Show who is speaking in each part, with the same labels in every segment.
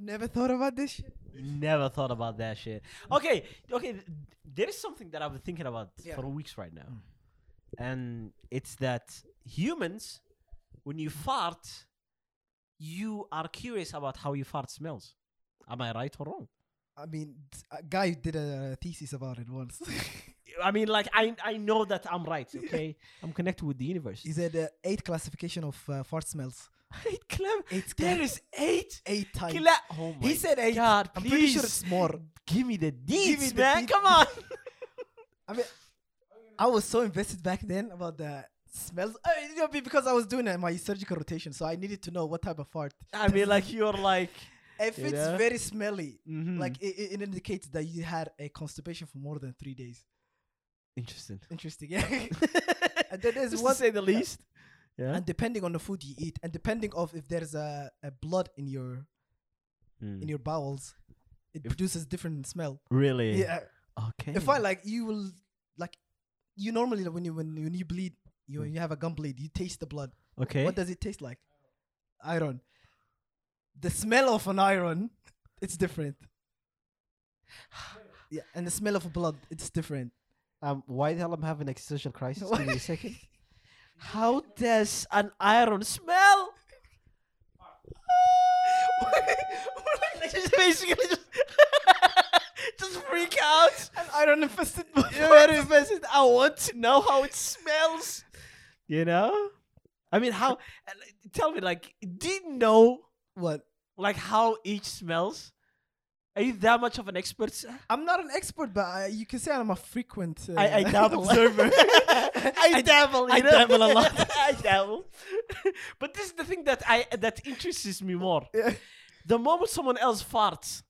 Speaker 1: never thought about this shit.
Speaker 2: Never thought about that shit. Okay, okay. th- There is something that I've been thinking about
Speaker 1: Yeah. Hmm.
Speaker 2: for weeks right now, and it's that humans, when you fart, you are curious about how your fart smells. Am I right or wrong?
Speaker 1: I mean, t- a guy did a thesis about it once.
Speaker 2: I mean, like I I know that I'm right. Okay, I'm connected with the universe.
Speaker 1: he said uh, eight classification of uh, fart smells.
Speaker 2: Eight clam.
Speaker 1: Eight
Speaker 2: There
Speaker 1: cla-
Speaker 2: is eight.
Speaker 1: eight types.
Speaker 2: Cla- oh my
Speaker 1: he said eight.
Speaker 2: God,
Speaker 1: I'm pretty sure
Speaker 2: please.
Speaker 1: it's more.
Speaker 2: Give me the deets,
Speaker 1: me the
Speaker 2: man.
Speaker 1: deets.
Speaker 2: Come on.
Speaker 1: I mean, I was so invested back then about the smells. Uh, you know, be- because I was doing uh, my surgical rotation, so I needed to know what type of fart.
Speaker 2: I mean, like you're like.
Speaker 1: If
Speaker 2: You
Speaker 1: it's
Speaker 2: know?
Speaker 1: very smelly,
Speaker 2: mhm.
Speaker 1: like it, it indicates that you had a constipation for more than three days.
Speaker 2: interesting.
Speaker 1: Interesting, yeah. and then there's
Speaker 2: Just
Speaker 1: one,
Speaker 2: to say the least. Yeah.
Speaker 1: and depending on the food you eat, and depending of if there's a, a blood in your
Speaker 2: Mm.
Speaker 1: in your bowels, it produces different smell.
Speaker 2: Really?
Speaker 1: Yeah.
Speaker 2: Okay.
Speaker 1: If I like, you will like, you normally when you when, when you bleed, you
Speaker 2: Mm.
Speaker 1: you have a gum bleed, you taste the blood.
Speaker 2: okay.
Speaker 1: What does it taste like? Iron. The smell of an iron, it's different. Yeah, and the smell of blood, it's different.
Speaker 2: um, why the hell I'm having existential crisis? Give me a second. How does an iron smell? just basically just, just freak out.
Speaker 1: An iron infested
Speaker 2: You know what it is? I want to know how it smells. You know? I mean, how? uh, Tell me, like, do you know
Speaker 1: What?
Speaker 2: like how each smells? Are you that much of an expert? sir?
Speaker 1: I'm not an expert, but I, you can say I'm a frequent uh,
Speaker 2: I, I dabble.
Speaker 1: observer.
Speaker 2: I, dabble. You
Speaker 1: I
Speaker 2: know?
Speaker 1: dabble a lot.
Speaker 2: I dabble. but this is the thing that I that interests me more.
Speaker 1: Yeah.
Speaker 2: The moment someone else farts,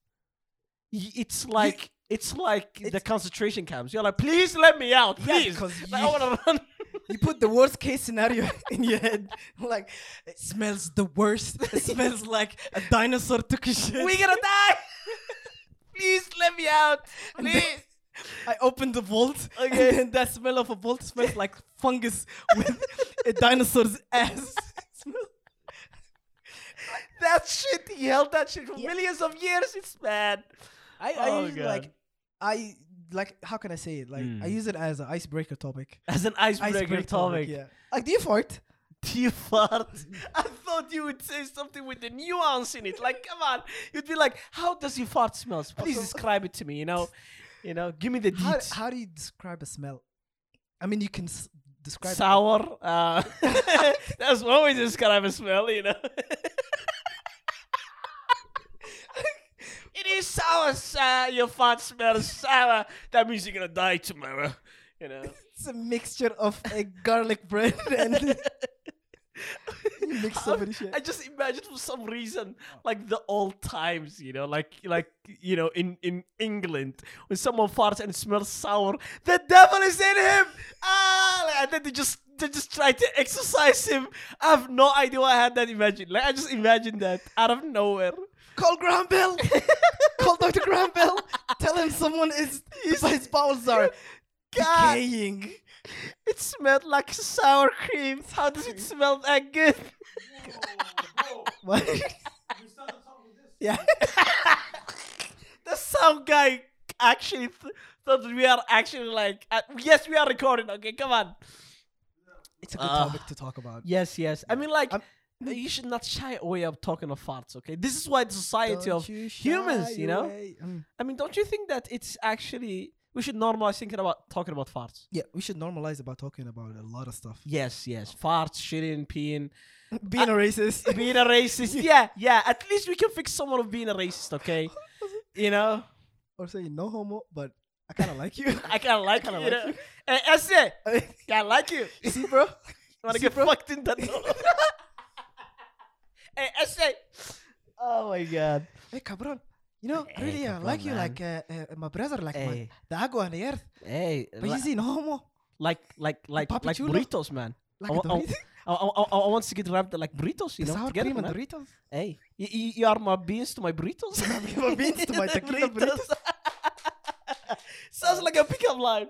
Speaker 2: y- it's like it's like the
Speaker 1: It's-
Speaker 2: concentration camps. You're like, please let me out,
Speaker 1: Yeah,
Speaker 2: please.
Speaker 1: because
Speaker 2: Like, I
Speaker 1: you-
Speaker 2: want to run.
Speaker 1: you put the worst case scenario in your head. Like, it smells the worst. It smells like a dinosaur took a shit.
Speaker 2: We're gonna die. please let me out.
Speaker 1: And then-
Speaker 2: Please.
Speaker 1: I opened the vault,
Speaker 2: Okay.
Speaker 1: and then that smell of a vault smells like fungus with a dinosaur's ass. Smell-
Speaker 2: That shit, he held that shit for
Speaker 1: Yeah.
Speaker 2: millions of years. It's bad.
Speaker 1: I, I
Speaker 2: Oh,
Speaker 1: usually
Speaker 2: God.
Speaker 1: like, I like. How can I say it? Like, I
Speaker 2: Mm.
Speaker 1: use it as an icebreaker topic.
Speaker 2: As an icebreaker, topic.
Speaker 1: yeah. Like, do you fart?
Speaker 2: Do you fart? I thought you would say something with the nuance in it. Like, come on. You'd be like, how does your fart smell? Please
Speaker 1: Also-
Speaker 2: describe it to me, you know? You know, give me the
Speaker 1: How,
Speaker 2: deets.
Speaker 1: how do you describe a smell? I mean, you can s- describe.
Speaker 2: Sour. Uh, that's one way to describe a smell, you know? it is sour, sir. Your fart smells sour. That means you're going to die tomorrow, you know?
Speaker 1: It's a mixture of a garlic bread and you mix so many shit.
Speaker 2: I just imagine for some reason, like the old times, you know, like like you know, in in England, when someone farts and smells sour, the devil is in him. Ah, like, and then they just they just try to exorcise him. I have no idea why I had that imagined. Like I just imagined that out of nowhere.
Speaker 1: Call Graham Bell. Call Dr. Graham Bell. Tell him someone is his bowels are
Speaker 2: God.
Speaker 1: decaying.
Speaker 2: It smelled like sour cream. How does it smell that good?
Speaker 1: What? yeah.
Speaker 2: The sound guy actually th- thought that we are actually like uh, yes, we are recording. Okay, come on.
Speaker 1: It's a good
Speaker 2: Ah.
Speaker 1: topic to talk about.
Speaker 2: Yes, yes. I mean, like,
Speaker 1: I'm-
Speaker 2: uh, you should not shy away of talking of farts, okay? This is why the society
Speaker 1: Don't
Speaker 2: of.
Speaker 1: you
Speaker 2: humans,
Speaker 1: shy
Speaker 2: you know?
Speaker 1: away. Mm.
Speaker 2: I mean, don't you think that it's actually. We should normalize thinking about talking about farts.
Speaker 1: Yeah, we should normalize about talking about a lot of stuff.
Speaker 2: Yes, yes. Farts, shitting, peeing,
Speaker 1: Being a racist.
Speaker 2: being a racist. Yeah, yeah. At least we can fix someone of being a racist, okay? You know?
Speaker 1: or saying no homo, but I kind of like you.
Speaker 2: I kind of like you.
Speaker 1: kinda
Speaker 2: you Eh,
Speaker 1: like
Speaker 2: know? Hey, Essay!
Speaker 1: I
Speaker 2: I like you.
Speaker 1: mean, See, bro? See,
Speaker 2: Wanna get fucked in that Eh, Hey, Essay! Oh my god.
Speaker 1: Hey, cabron. You know,
Speaker 2: Hey,
Speaker 1: really, I
Speaker 2: cabron,
Speaker 1: like you
Speaker 2: man.
Speaker 1: like uh, uh, my brother, like
Speaker 2: Hey.
Speaker 1: my, the agua on the earth.
Speaker 2: Hey,
Speaker 1: But you see, no homo.
Speaker 2: like like like
Speaker 1: Papi
Speaker 2: like
Speaker 1: Chulo?
Speaker 2: burritos, man.
Speaker 1: Like
Speaker 2: I,
Speaker 1: a
Speaker 2: wa- I, wa-
Speaker 1: Dorito.
Speaker 2: I, I, I- I want to get wrapped like burritos, oh, you
Speaker 1: The
Speaker 2: know,
Speaker 1: sour
Speaker 2: together,
Speaker 1: cream and
Speaker 2: man.
Speaker 1: Doritos.
Speaker 2: Hey, you, you, you are my beans to my burritos.
Speaker 1: My beans to my tequila burritos.
Speaker 2: Sounds like a pickup line.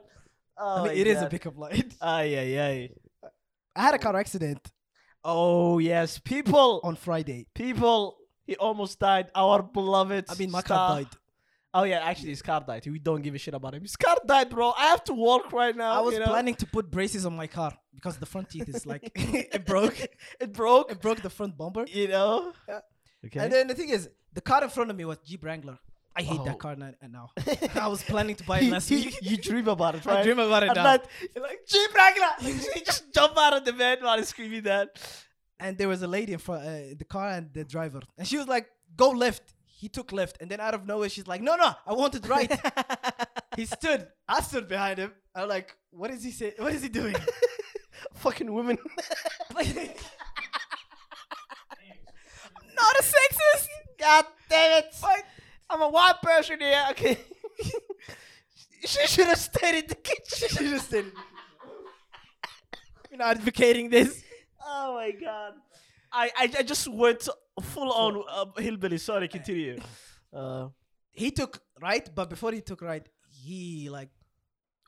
Speaker 2: Oh,
Speaker 1: I mean, it is a pickup line.
Speaker 2: Ay, ay, ay.
Speaker 1: I had a car accident
Speaker 2: Oh yes, people,
Speaker 1: on Friday.
Speaker 2: people. He almost died. Our beloved.
Speaker 1: I mean, my
Speaker 2: star-
Speaker 1: car died.
Speaker 2: Oh yeah, actually, his car died. We don't give a shit about him. His car died, bro. I have to walk right now.
Speaker 1: I was
Speaker 2: Oh, you know?
Speaker 1: planning to put braces on my car because the front teeth is like it broke.
Speaker 2: It broke.
Speaker 1: It broke the front bumper.
Speaker 2: You know.
Speaker 1: Yeah.
Speaker 2: Okay.
Speaker 1: And then the thing is, the car in front of me was Jeep Wrangler. I hate
Speaker 2: Oh.
Speaker 1: that car now. now. I was planning to buy it
Speaker 2: You-
Speaker 1: last
Speaker 2: you-
Speaker 1: week.
Speaker 2: You dream about it, right?
Speaker 1: I dream about it
Speaker 2: At
Speaker 1: now.
Speaker 2: night, you're like, Jeep Wrangler! you just jump out of the bed while he's screaming that.
Speaker 1: and there was a lady in front, uh, the car and the driver, and she was like, "Go left." He took left, and then out of nowhere, she's like, "No, no, I wanted right." he stood. I stood behind him. I'm like, "What is he saying? What is he doing?"
Speaker 2: Fucking women.
Speaker 1: Not a sexist.
Speaker 2: God damn it.
Speaker 1: What?
Speaker 2: I'm a white person here. Okay. she should have stayed in the kitchen.
Speaker 1: She just said, "You're not advocating this."
Speaker 2: Oh my god. I, I, I just went full on uh, hillbilly. Sorry, continue. Uh,
Speaker 1: He took right, but before he took right, he like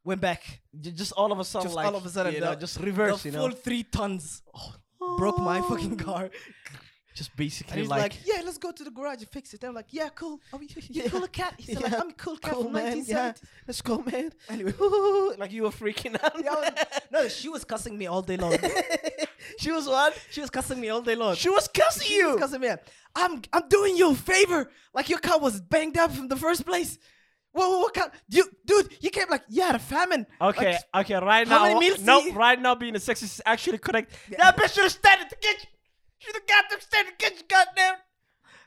Speaker 1: went back.
Speaker 2: j- just all of a sudden,
Speaker 1: Just
Speaker 2: like,
Speaker 1: all of a sudden,
Speaker 2: you know,
Speaker 1: the-
Speaker 2: just reverse,
Speaker 1: the
Speaker 2: you
Speaker 1: full
Speaker 2: know, Oh.
Speaker 1: three tons broke my fucking car.
Speaker 2: Just
Speaker 1: And
Speaker 2: basically
Speaker 1: he's like, yeah, let's go to the garage and fix it. I'm like, yeah, cool. Oh, you, you
Speaker 2: Yeah.
Speaker 1: cool a cat? He's like,
Speaker 2: Yeah.
Speaker 1: I'm a cool cat
Speaker 2: Cool,
Speaker 1: from
Speaker 2: man. Yeah.
Speaker 1: 1970.
Speaker 2: let's go, man.
Speaker 1: Anyway,
Speaker 2: like you were freaking out.
Speaker 1: yeah, I was- no, she was cussing me all day long.
Speaker 2: she was what?
Speaker 1: she was cussing me all day long.
Speaker 2: She was cussing
Speaker 1: She was
Speaker 2: you.
Speaker 1: cussing me. out. I'm, I'm doing you a favor. Like your car was banged up from the first place. Whoa, whoa, what kind? You, dude, you came like, yeah, the famine.
Speaker 2: Okay,
Speaker 1: Like,
Speaker 2: okay, right
Speaker 1: How
Speaker 2: now,
Speaker 1: many meals
Speaker 2: no,
Speaker 1: do you-
Speaker 2: right now being a sexist is actually correct.
Speaker 1: Yeah.
Speaker 2: That bitch should have stayed in the kitchen. Should have goddamn stayed in the kitchen, goddamn.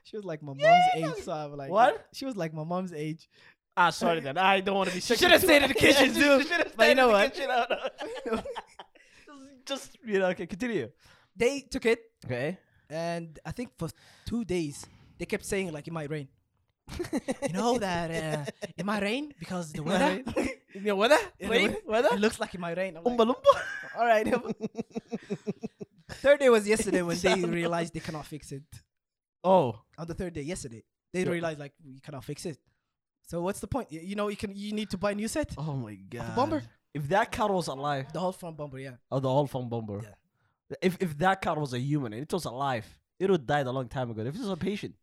Speaker 1: she was like my mom's
Speaker 2: Yeah.
Speaker 1: age, so I'm like,
Speaker 2: What?
Speaker 1: She was like my mom's age.
Speaker 2: Ah, sorry then. I don't want to be sexist.
Speaker 1: should have stayed in the kitchen,
Speaker 2: She
Speaker 1: dude.
Speaker 2: should have
Speaker 1: But you
Speaker 2: stayed
Speaker 1: know
Speaker 2: in the
Speaker 1: what?
Speaker 2: kitchen. I don't know. just, just, you know, okay, continue.
Speaker 1: They took it,
Speaker 2: Okay.
Speaker 1: and I think for two days they kept saying like it might rain. you know that uh, it might rain because the
Speaker 2: might Oh
Speaker 1: weather.
Speaker 2: You know, weather?
Speaker 1: Yeah, the
Speaker 2: Rain?
Speaker 1: It
Speaker 2: Weather?
Speaker 1: looks like it might rain. I'm like,
Speaker 2: Oompa Loompa?
Speaker 1: All right. third day was yesterday when they realized they cannot fix it.
Speaker 2: Oh.
Speaker 1: On the third day, yesterday, they
Speaker 2: Yeah.
Speaker 1: realized like we cannot fix it. So what's the point? Y- You know, you can you need to buy a new set.
Speaker 2: Oh my god.
Speaker 1: bomber.
Speaker 2: If that car was alive,
Speaker 1: The whole front bumper, yeah.
Speaker 2: oh, the whole phone bomber. If if that car was a human and it was alive, it would have died a long time ago. If it was a patient,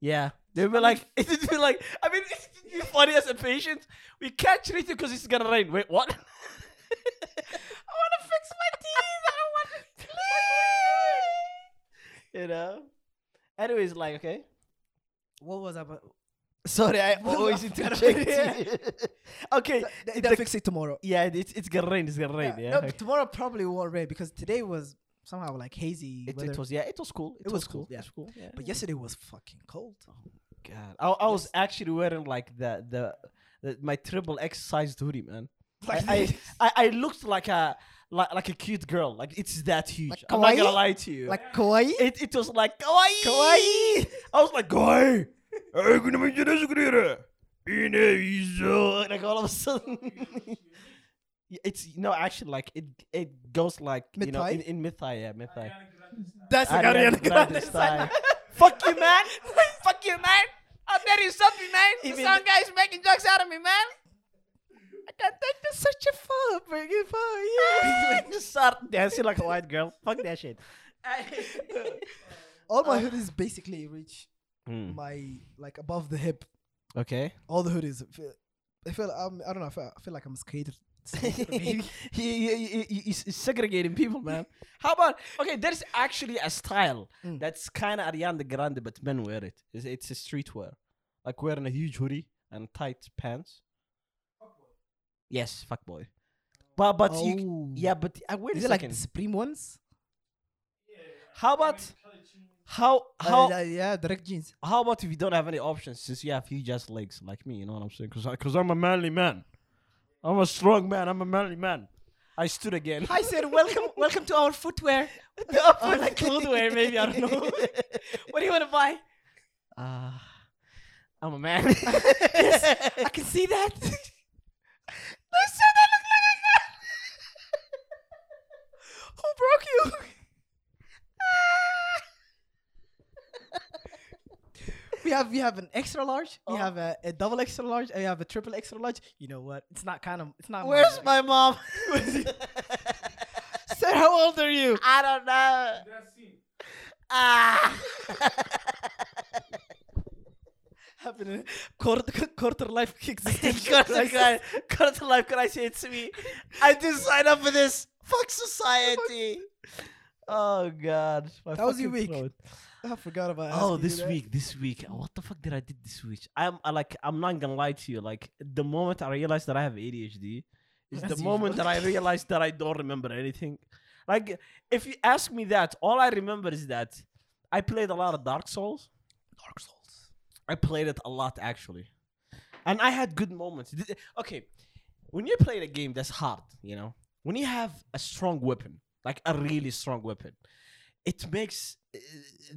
Speaker 2: yeah, they would be like, it would be like, I mean, it's it'd be funny as a patient. We can't treat it because it's gonna rain. Wait, what? I want to fix my teeth. I don't want to clean. You know. Anyways, like, okay.
Speaker 1: What was that? about?
Speaker 2: Sorry, I
Speaker 1: always interject
Speaker 2: okay.
Speaker 1: They,
Speaker 2: it-
Speaker 1: they'll
Speaker 2: the-
Speaker 1: fix it tomorrow.
Speaker 2: yeah, it's it's gonna rain. It's gonna rain. Yeah.
Speaker 1: no,
Speaker 2: okay.
Speaker 1: but tomorrow probably won't rain because today was somehow like hazy
Speaker 2: It,
Speaker 1: weather.
Speaker 2: it was yeah, it was cool. It,
Speaker 1: was
Speaker 2: was,
Speaker 1: cool,
Speaker 2: cool.
Speaker 1: yeah.
Speaker 2: It was cool. Yeah.
Speaker 1: but yesterday was fucking cold.
Speaker 2: Oh. God, I, I was actually wearing like the the, the my triple X sized hoodie, man.
Speaker 1: Like
Speaker 2: I,
Speaker 1: this.
Speaker 2: I, I I looked like a like, like a cute girl. Like it's that huge.
Speaker 1: Like
Speaker 2: I'm not gonna
Speaker 1: kawaii?
Speaker 2: lie to you.
Speaker 1: Like kawaii.
Speaker 2: it, it was like kawaii.
Speaker 1: Kawaii.
Speaker 2: I was like kawaii. Hey, good morning, this is Greer. You know, you so-" like all of a sudden. Yeah, It's no, actually, like it, it goes like you know,
Speaker 1: Mid-thigh?
Speaker 2: in, in mid thigh, yeah, mid thigh.
Speaker 1: That's a
Speaker 2: Ariana Grande style. Fuck you, man. Fuck you, man. I'll tell you something, man.
Speaker 1: Even
Speaker 2: Some
Speaker 1: the-
Speaker 2: guy's making jokes out of me, man. I can't take this such a fun, bring it fun. Yeah. Just start dancing like a white girl. Fuck that shit.
Speaker 1: All
Speaker 2: Oh.
Speaker 1: my hoodies basically reach
Speaker 2: Mm.
Speaker 1: my like above the hip.
Speaker 2: Okay.
Speaker 1: All the hoodies. I feel- I feel um, I don't know. I feel, I feel like I'm skated.
Speaker 2: he, he, he- he- he's he's segregating people, man. How about okay? There's actually a style
Speaker 1: Mm.
Speaker 2: that's kind of Ariana Grande, but men wear it. It's, it's a streetwear, like wearing a huge hoodie and tight pants. Yes, fuck boy. But but you, yeah, but uh, wait
Speaker 1: Oh. Is
Speaker 2: a
Speaker 1: it like
Speaker 2: second.
Speaker 1: the supreme ones?
Speaker 2: how about how how
Speaker 1: Uh, yeah, direct jeans.
Speaker 2: how about if you don't have any options since you have huge ass legs like me? You know what I'm saying? Because because I'm a manly man. I'm a strong man. I'm a manly man. I stood again.
Speaker 1: Hi sir, welcome, welcome to our footwear.
Speaker 2: or
Speaker 1: like clotheswear, maybe, I don't know.
Speaker 2: what do you want to buy? Uh, I'm a man. Listen,
Speaker 1: I can see that.
Speaker 2: I look like a man.
Speaker 1: Who
Speaker 2: Oh,
Speaker 1: broke you? we have we have an extra large.
Speaker 2: Oh.
Speaker 1: We have a, a double extra large. And we have a triple extra large. You know what? It's not kind of. It's not.
Speaker 2: Where's my mom?
Speaker 1: sir? How old are you?
Speaker 2: I don't know. Ah.
Speaker 1: happening. Quarter, quarter life kicks.
Speaker 2: Quarter guy, quarter life crisis hits me. I didn't sign up for this. Fuck society. Oh God, my
Speaker 1: How was your week?
Speaker 2: fucking throat.
Speaker 1: I forgot about.
Speaker 2: Oh,
Speaker 1: asking you
Speaker 2: this
Speaker 1: that.
Speaker 2: week, this week. What the fuck did I did this week? I'm I, like, I'm not gonna lie to you. Like, the moment I realized that I have ADHD, is
Speaker 1: As
Speaker 2: the
Speaker 1: usual.
Speaker 2: moment that I realized that I don't remember anything. Like, if you ask me that, all I remember is that I played a lot of Dark Souls.
Speaker 1: Dark Souls.
Speaker 2: I played it a lot actually, and I had good moments. Th- Okay, when you play a game that's hard, you know, when you have a strong weapon, like a really strong weapon, it makes uh,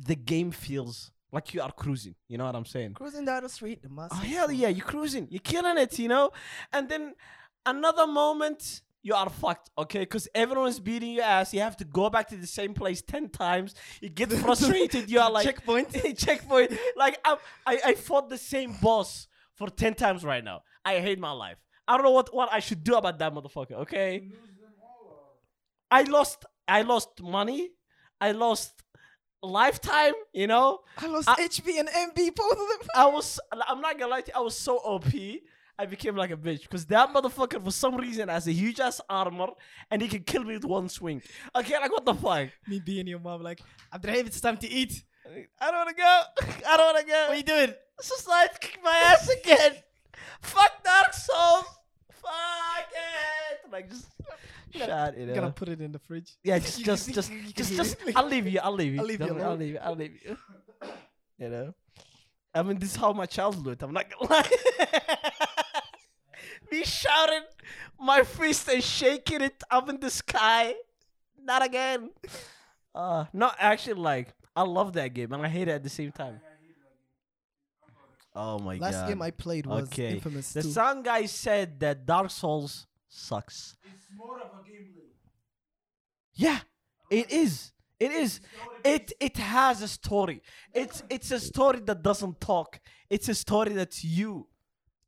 Speaker 2: the game feels like you are cruising. You know what I'm saying?
Speaker 1: Cruising down the street. The muscle
Speaker 2: Oh hell
Speaker 1: cruise.
Speaker 2: yeah, you're cruising, you're killing it, you know. And then another moment, you are fucked, okay? Because everyone's beating your ass. You have to go back to the same place ten times. You get frustrated. You are like
Speaker 1: Checkpoint.
Speaker 2: checkpoint. Like I'm, I, I fought the same boss for ten times right now. I hate my life. I don't know what, what I should do about that motherfucker. Okay. I lost. I lost money. I lost lifetime. You know.
Speaker 1: I lost
Speaker 2: I-
Speaker 1: HP and MB, both of them.
Speaker 2: I was. I'm not gonna lie to you. I was so OP. I became like a bitch because that motherfucker, for some reason, has a huge ass armor and he can kill me with one swing. Okay, like what the fuck?
Speaker 1: Me being your mom, like, Abdurrahim, it's time to eat.
Speaker 2: I don't wanna go. I don't wanna go.
Speaker 1: What are you doing?
Speaker 2: Society kick my ass again. Fuck Dark Souls. Fuck it. Like just shut it
Speaker 1: Gonna
Speaker 2: up.
Speaker 1: put it in the fridge.
Speaker 2: Yeah, just
Speaker 1: You
Speaker 2: just
Speaker 1: think
Speaker 2: just
Speaker 1: you can
Speaker 2: just
Speaker 1: eat
Speaker 2: just.
Speaker 1: it?
Speaker 2: I'll leave you. I'll leave you.
Speaker 1: I'll leave you
Speaker 2: Don't- I'll
Speaker 1: alone.
Speaker 2: leave you. I'll leave you. You know. I mean, this is how my childhood. I'm not gonna lie. Me shouting, my fist and shaking it up in the sky. Not again. Uh, no, actually, like I love that game and I hate it at the same time. Oh my
Speaker 1: Last
Speaker 2: god!
Speaker 1: game I played was
Speaker 2: Okay.
Speaker 1: Infamous
Speaker 2: the
Speaker 1: 2.
Speaker 2: sound guy said that Dark Souls sucks.
Speaker 3: It's more of a gameplay.
Speaker 2: Yeah, it is. It is. It it has a story. It's it's a story that doesn't talk. It's a story that's you.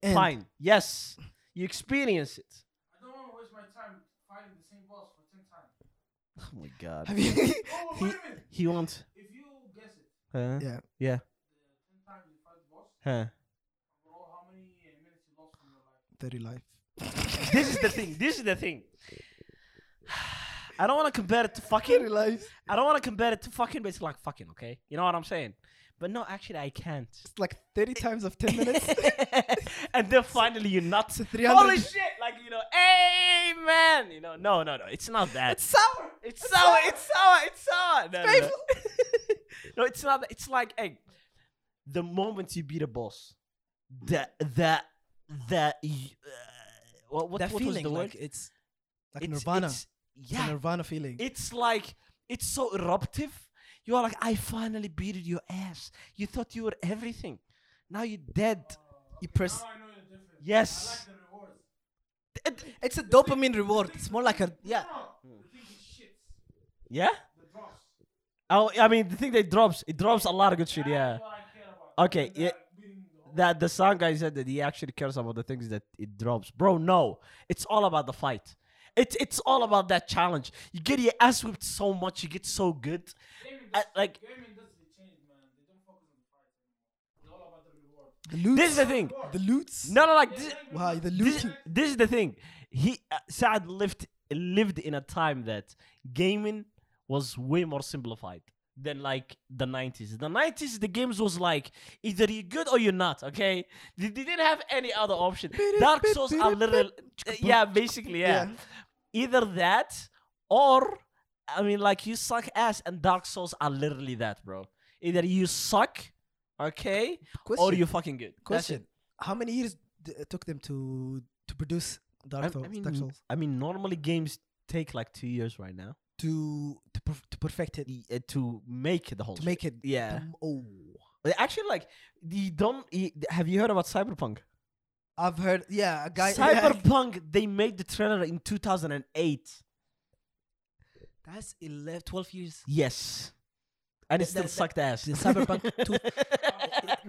Speaker 1: And
Speaker 2: Fine. Yes, you experience it.
Speaker 3: I don't want to waste my time fighting the same boss for 10 times.
Speaker 2: Oh my god.
Speaker 1: Have you?
Speaker 3: Oh,
Speaker 2: He-
Speaker 3: wait a minute.
Speaker 2: He wants.
Speaker 3: If you guess it,
Speaker 2: Huh?
Speaker 1: yeah.
Speaker 2: Yeah.
Speaker 3: the 10 times you fight the boss,
Speaker 2: Huh.
Speaker 3: overall, how many uh, minutes you lost from your life?
Speaker 1: 30 life.
Speaker 2: this is the thing. This is the thing. I don't want to compare it to fucking.
Speaker 1: lives.
Speaker 2: I don't want to compare it to fucking, but it's like fucking, okay? You know what I'm saying? But no, actually, I can't.
Speaker 1: It's like 30 times of 10 minutes.
Speaker 2: and then finally, you're not.
Speaker 1: It's a 300.
Speaker 2: Holy shit! Like, you know, amen! You know, no, no, no. It's not that.
Speaker 1: It's sour.
Speaker 2: It's sour. It's sour. It's sour. No, no, no. no, it's not. that. It's like hey, the moment you beat a boss, that that that uh, what what,
Speaker 1: that
Speaker 2: what was
Speaker 1: feeling,
Speaker 2: the word?
Speaker 1: like, it's like
Speaker 2: It's-
Speaker 1: Nirvana.
Speaker 2: it's-
Speaker 1: It's a
Speaker 2: yeah,
Speaker 1: Nirvana feeling.
Speaker 2: it's like it's so eruptive. You are like, I finally beat your ass. You thought you were everything. Now you're dead.
Speaker 1: you press.
Speaker 3: Now I know the difference.
Speaker 2: Yes.
Speaker 3: The rewards.
Speaker 1: It's a dopamine reward. It's more like a yeah.
Speaker 3: No, the thing is shit.
Speaker 2: Yeah.
Speaker 3: The drops.
Speaker 2: Oh, I mean, the thing that drops, it drops a lot of good shit. Yeah.
Speaker 3: That's what I care about.
Speaker 2: Okay.
Speaker 3: That
Speaker 2: Yeah.
Speaker 3: beating the whole-
Speaker 2: that the sound guy said that he actually cares about the things that it drops. Bro, no. It's all about the fight. It's it's all about that challenge. You get your ass whipped so much, you get so good.
Speaker 3: Gaming
Speaker 2: I,
Speaker 3: does-
Speaker 2: like
Speaker 3: gaming does the change, man. They don't focus on the fight anymore. It's all about the reward.
Speaker 1: The loot.
Speaker 2: this is the thing.
Speaker 1: the loots.
Speaker 2: No, no, like this,
Speaker 1: Wow, the loot.
Speaker 2: this, this is the thing. He uh, Saad lived lived in a time that gaming was way more simplified than like the 90s. The 90s the games was like either you're good or you're not, okay? They, they didn't have any other option. Dark Souls are literally yeah, basically yeah.
Speaker 1: Yeah.
Speaker 2: Either that or I mean like you suck ass and Dark Souls are literally that, bro. Either you suck, okay, or
Speaker 1: Question.
Speaker 2: you fucking good. That's it.
Speaker 1: Question: How many years d- it took them to to produce Dark, Souls,
Speaker 2: I, I mean,
Speaker 1: Dark Souls
Speaker 2: I mean, normally games take like two years right now
Speaker 1: to to, perf- to perfect it
Speaker 2: y- uh, to make the whole.
Speaker 1: to make it?
Speaker 2: shit. yeah.
Speaker 1: Um, oh,
Speaker 2: Uh, Actually, like the don't y- have you heard about Cyberpunk?
Speaker 1: I've heard. Yeah, a guy.
Speaker 2: Cyberpunk. They made the trailer in 2008.
Speaker 1: That's 11, 12 years.
Speaker 2: Yes, and it
Speaker 1: Th-
Speaker 2: still
Speaker 1: th-
Speaker 2: sucked ass.
Speaker 1: The Cyberpunk two.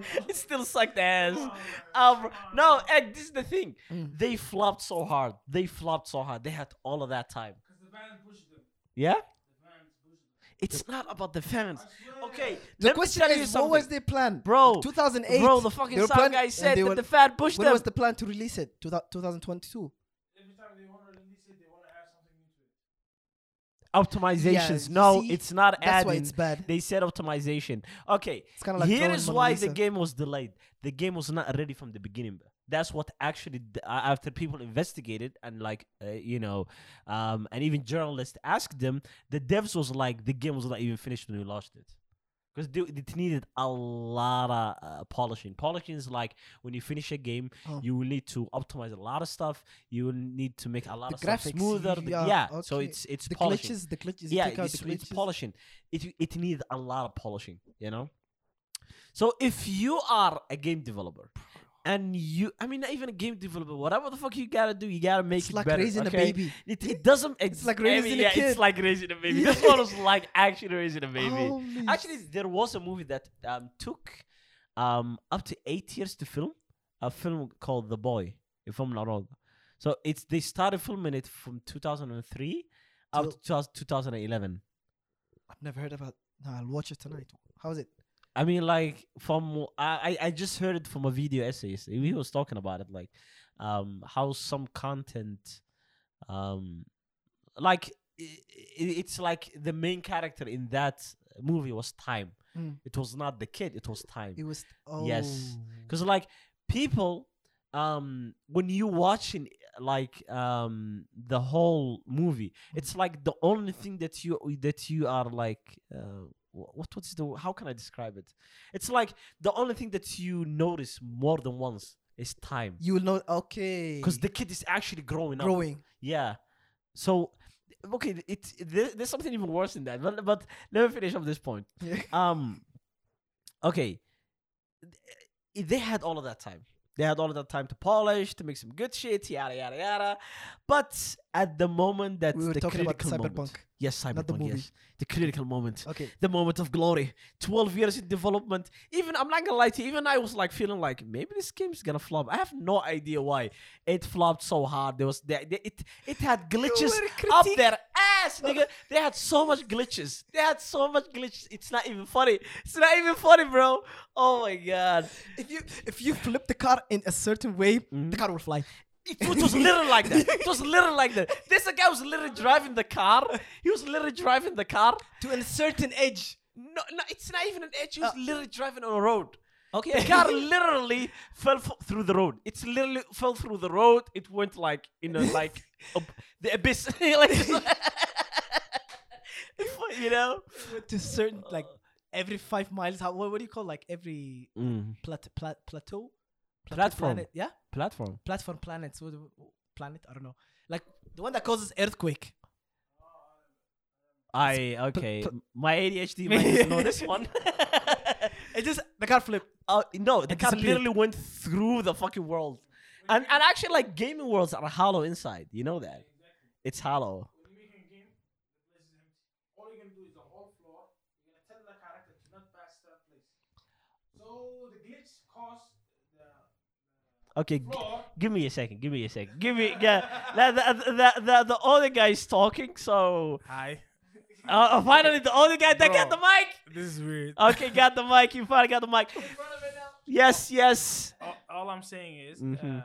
Speaker 1: Oh,
Speaker 2: it still sucked ass. Um, no, Egg, this is the thing.
Speaker 1: Mm.
Speaker 2: They flopped so hard. They flopped so hard. They had all of that time.
Speaker 3: Because the band pushed them.
Speaker 2: Yeah.
Speaker 3: The band pushed them.
Speaker 2: It's not about the fans. Okay,
Speaker 1: The
Speaker 2: let me
Speaker 1: question
Speaker 2: tell you
Speaker 1: is, what was
Speaker 2: something.
Speaker 1: the plan,
Speaker 2: Bro,
Speaker 1: 2008.
Speaker 2: Bro, the fucking
Speaker 1: they were
Speaker 2: sound
Speaker 1: plan-
Speaker 2: guy
Speaker 1: and
Speaker 2: said
Speaker 1: they
Speaker 2: that
Speaker 1: were-
Speaker 2: the fan pushed
Speaker 1: When
Speaker 2: them.
Speaker 1: was the plan to release it? 2022.
Speaker 3: Every time they want to release it, they want to add something new to it.
Speaker 2: optimizations.
Speaker 1: Yeah,
Speaker 2: no,
Speaker 1: see,
Speaker 2: it's not
Speaker 1: that's why
Speaker 2: adding.
Speaker 1: it's bad.
Speaker 2: They said optimization. Okay,
Speaker 1: It's kinda like
Speaker 2: here
Speaker 1: drawing
Speaker 2: is
Speaker 1: Mona
Speaker 2: why the
Speaker 1: Lisa.
Speaker 2: game was delayed. The game was not ready from the beginning. That's what actually, d- uh, after people investigated and like, uh, you know, um, and even journalists asked them, the devs was like, the game was not even finished when we launched it. Because it needed a lot of uh, polishing. Polishing is like when you finish a game,
Speaker 1: Oh.
Speaker 2: you will need to optimize a lot of stuff. You will need to make a lot
Speaker 1: The
Speaker 2: of stuff
Speaker 1: graphics,
Speaker 2: smoother. The-
Speaker 1: yeah,
Speaker 2: yeah, so
Speaker 1: okay.
Speaker 2: it's it's
Speaker 1: The
Speaker 2: polishing
Speaker 1: glitches, the glitches.
Speaker 2: yeah,
Speaker 1: take out
Speaker 2: it's,
Speaker 1: the
Speaker 2: it's
Speaker 1: glitches.
Speaker 2: polishing. It it needs a lot of polishing, you know. So if you are a game developer, and you, I mean, not even a game developer, whatever the fuck you gotta do, you gotta make
Speaker 1: It's
Speaker 2: it
Speaker 1: like
Speaker 2: better,
Speaker 1: raising a
Speaker 2: okay?
Speaker 1: baby.
Speaker 2: It, it doesn't. It's,
Speaker 1: like
Speaker 2: I mean,
Speaker 1: raising a
Speaker 2: yeah,
Speaker 1: kid.
Speaker 2: It's like raising a baby.
Speaker 1: Yeah. Oh,
Speaker 2: This one was like actually raising a baby.
Speaker 1: Holy
Speaker 2: Actually, there was a movie that um, took um, up to eight years to film. A film called The Boy, if I'm not wrong. So it's they started filming it from 2003 up
Speaker 1: Till-
Speaker 2: to 2000 2011.
Speaker 1: I've never heard about. No, I'll watch it tonight. How is it?
Speaker 2: I mean, like from I I I just heard it from a video essayist. He was talking about it, like um how some content, um, like i i- it's like the main character in that movie was time.
Speaker 1: Mm.
Speaker 2: It was not the kid. It was time.
Speaker 1: It was. Oh.
Speaker 2: Yes. Because like people, um, when you watching like um the whole movie, it's like the only thing that you that you are like uh, wh- what what's the how can I describe it? It's like the only thing that you notice more than once is time.
Speaker 1: You will know. Okay.
Speaker 2: Because the kid is actually growing up.
Speaker 1: growing.
Speaker 2: Yeah. So, okay, th- it's there, there's something even worse than that. But, but let me finish up this point.
Speaker 1: Yeah.
Speaker 2: Um. Okay. Th- They had all of that time. They had all of that time to polish, to make some good shit, yada yada yada. But at the moment that
Speaker 1: We were
Speaker 2: the
Speaker 1: talking about
Speaker 2: critical moment,
Speaker 1: Cyberpunk.
Speaker 2: yes, cyberpunk,
Speaker 1: not the movie.
Speaker 2: yes, the critical moment,
Speaker 1: Okay.
Speaker 2: the moment of glory. Twelve years in development. Even I'm not gonna lie to you. Even I was like feeling like maybe this game's gonna flop. I have no idea why it flopped so hard. There was there, there- it it had glitches
Speaker 1: were
Speaker 2: up
Speaker 1: critiquing.
Speaker 2: their ass, nigga. They had so much glitches. They had so much glitches. It's not even funny. It's not even funny, bro. Oh my god.
Speaker 1: If you if you flip the car in a certain way,
Speaker 2: Mm-hmm.
Speaker 1: the car will fly.
Speaker 2: It was, it was literally like that. It was literally like that. This guy was literally driving the car. He was literally driving the car.
Speaker 1: To a certain edge.
Speaker 2: No, no, it's not even an edge. He was literally driving on a road. Uh, Okay. The car literally fell f- through the road. It's literally fell through the road. It went like you know, like ab- the abyss. like, you know.
Speaker 1: To certain like every five miles. How what, what do you call like every
Speaker 2: Mm.
Speaker 1: plat, plat plateau? Plateau
Speaker 2: Platform.
Speaker 1: Planet, yeah.
Speaker 2: Platform.
Speaker 1: Platform planets. What, planet? I don't know. Like the one that causes earthquake.
Speaker 2: I okay. My ADHD might just know this one.
Speaker 1: It just the car flipped.
Speaker 2: uh, no, the car
Speaker 1: disappeared.
Speaker 2: literally went through the fucking world, and and actually like gaming worlds are hollow inside. You know that it's hollow.
Speaker 3: When you make a game, the place is empty. All you're gonna do is the whole floor. You're gonna tell the character to not pass that place. So the glitch caused the
Speaker 2: Okay, g-
Speaker 3: floor.
Speaker 2: give me a second. Give me a second. Give me. Yeah, the, the, the, the, the other guy is talking. So
Speaker 4: Hi.
Speaker 2: uh, uh, finally, the other guy that got
Speaker 4: Bro.
Speaker 2: the mic.
Speaker 4: This is weird.
Speaker 2: Okay, got the mic. You finally got the mic. Yes, yes.
Speaker 4: all, all I'm saying is,
Speaker 2: Mhm.
Speaker 4: uh,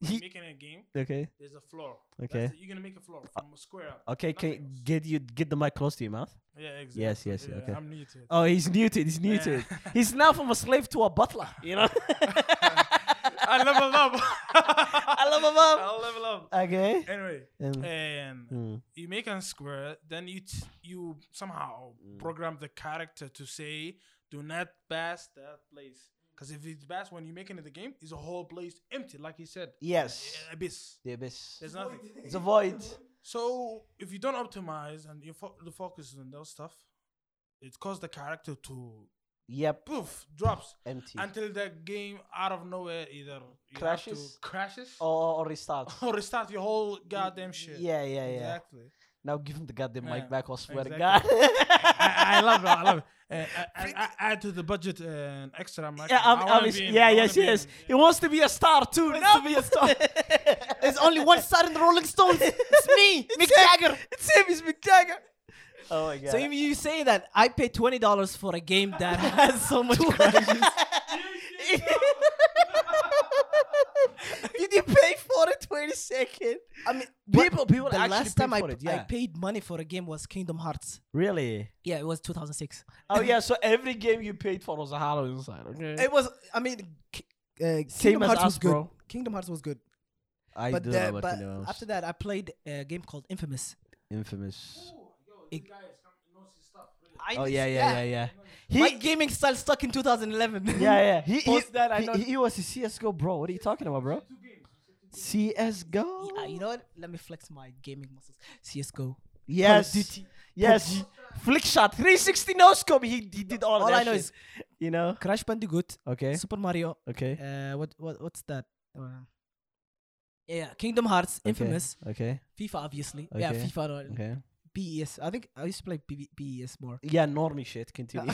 Speaker 4: when
Speaker 2: He-
Speaker 4: you're making a game,
Speaker 2: Okay.
Speaker 4: there's a floor.
Speaker 2: Okay.
Speaker 4: That's it. you're gonna make a floor from a square up.
Speaker 2: Okay,
Speaker 4: Nothing
Speaker 2: can
Speaker 4: else.
Speaker 2: get you get the mic close to your mouth.
Speaker 4: Yeah, exactly.
Speaker 2: Yes, yes,
Speaker 4: yeah,
Speaker 2: okay.
Speaker 4: I'm new to it.
Speaker 2: Oh, he's muted. He's muted. he's now from a slave to a butler. You know.
Speaker 4: I level up.
Speaker 2: I love him
Speaker 4: I'll level up.
Speaker 2: Okay.
Speaker 4: Anyway,
Speaker 2: Um,
Speaker 4: and
Speaker 2: mm.
Speaker 4: you make a square, then you t- you somehow
Speaker 2: Mm.
Speaker 4: program the character to say, "Do not pass that place," because if it's passed when you're making it the game, is a whole place empty, like he said,
Speaker 2: Yes.
Speaker 4: abyss.
Speaker 2: The abyss.
Speaker 4: There's nothing.
Speaker 2: It's a void.
Speaker 4: So if you don't optimize and you fo- the focus on those stuff, it causes the character to
Speaker 2: Yep.
Speaker 4: poof drops
Speaker 2: Empty.
Speaker 4: until the game out of nowhere either you have to
Speaker 2: Crashes?
Speaker 4: crashes or,
Speaker 2: or, or restart.
Speaker 4: restart your whole goddamn shit.
Speaker 2: Oh, Yeah, yeah, yeah.
Speaker 4: exactly.
Speaker 2: Now give him the goddamn
Speaker 4: Yeah,
Speaker 2: mic back. I swear
Speaker 4: exactly.
Speaker 2: to God.
Speaker 4: I, I love it. I love it. Uh, I, I, I add to the budget uh, an extra. mic.
Speaker 2: Yeah,
Speaker 4: I
Speaker 2: ob-
Speaker 4: wanna be
Speaker 2: obviously.
Speaker 4: in-
Speaker 2: Yeah,
Speaker 4: I wanna
Speaker 2: yes,
Speaker 4: be in-
Speaker 2: yes. He wants to be a star too. Wants to be a star.
Speaker 1: There's only one star in the Rolling Stones. It's me, Mick Jagger.
Speaker 2: it's him. It's Mick Jagger. Oh my god.
Speaker 1: So if you say that I pay twenty dollars for a game that has so much crashes,
Speaker 2: Did you pay for it? Wait a second.
Speaker 1: I mean,
Speaker 2: People, people.
Speaker 1: the
Speaker 2: actually
Speaker 1: last
Speaker 2: pay
Speaker 1: time I,
Speaker 2: for it, yeah.
Speaker 1: I paid money for a game was Kingdom Hearts.
Speaker 2: Really?
Speaker 1: Yeah, it was 2006.
Speaker 2: Oh yeah. So every game you paid for was a Halloween side. Okay.
Speaker 1: It was. I mean, K- uh,
Speaker 2: Same
Speaker 1: Kingdom
Speaker 2: as
Speaker 1: Hearts
Speaker 2: us,
Speaker 1: was good.
Speaker 2: bro.
Speaker 1: Kingdom Hearts was good,
Speaker 2: I
Speaker 1: but,
Speaker 2: do
Speaker 1: the-
Speaker 2: remember
Speaker 1: but
Speaker 2: Kingdom Hearts.
Speaker 1: after that, I played a game called Infamous.
Speaker 2: Infamous.
Speaker 1: It-
Speaker 3: Really.
Speaker 1: I,
Speaker 2: Oh yeah, yeah, yeah, yeah. He,
Speaker 1: My gaming style stuck in 2011.
Speaker 2: yeah, yeah. He, he,
Speaker 1: Post that, I
Speaker 2: he,
Speaker 1: know-
Speaker 2: he, he was a CS:GO bro. What are you talking about, bro?
Speaker 3: Two games. You said two games.
Speaker 2: CS:GO.
Speaker 1: Yeah, you know what? Let me flex my gaming muscles. CS:GO.
Speaker 2: Yes.
Speaker 1: Call of Duty.
Speaker 2: Yes. Flick shot, 360 no scope. He, he did all, of
Speaker 1: All
Speaker 2: that
Speaker 1: I know
Speaker 2: shit.
Speaker 1: is
Speaker 2: you know.
Speaker 1: Crash Bandicoot,
Speaker 2: Okay.
Speaker 1: Super Mario.
Speaker 2: Okay.
Speaker 1: Uh, what what what's that? Uh, yeah, Kingdom Hearts, Infamous,
Speaker 2: Okay.
Speaker 1: FIFA, obviously. Yeah,
Speaker 2: Okay.
Speaker 1: FIFA, no,
Speaker 2: Okay.
Speaker 1: BES. I think I used to play BB BES more.
Speaker 2: Yeah, normie shit. Continue.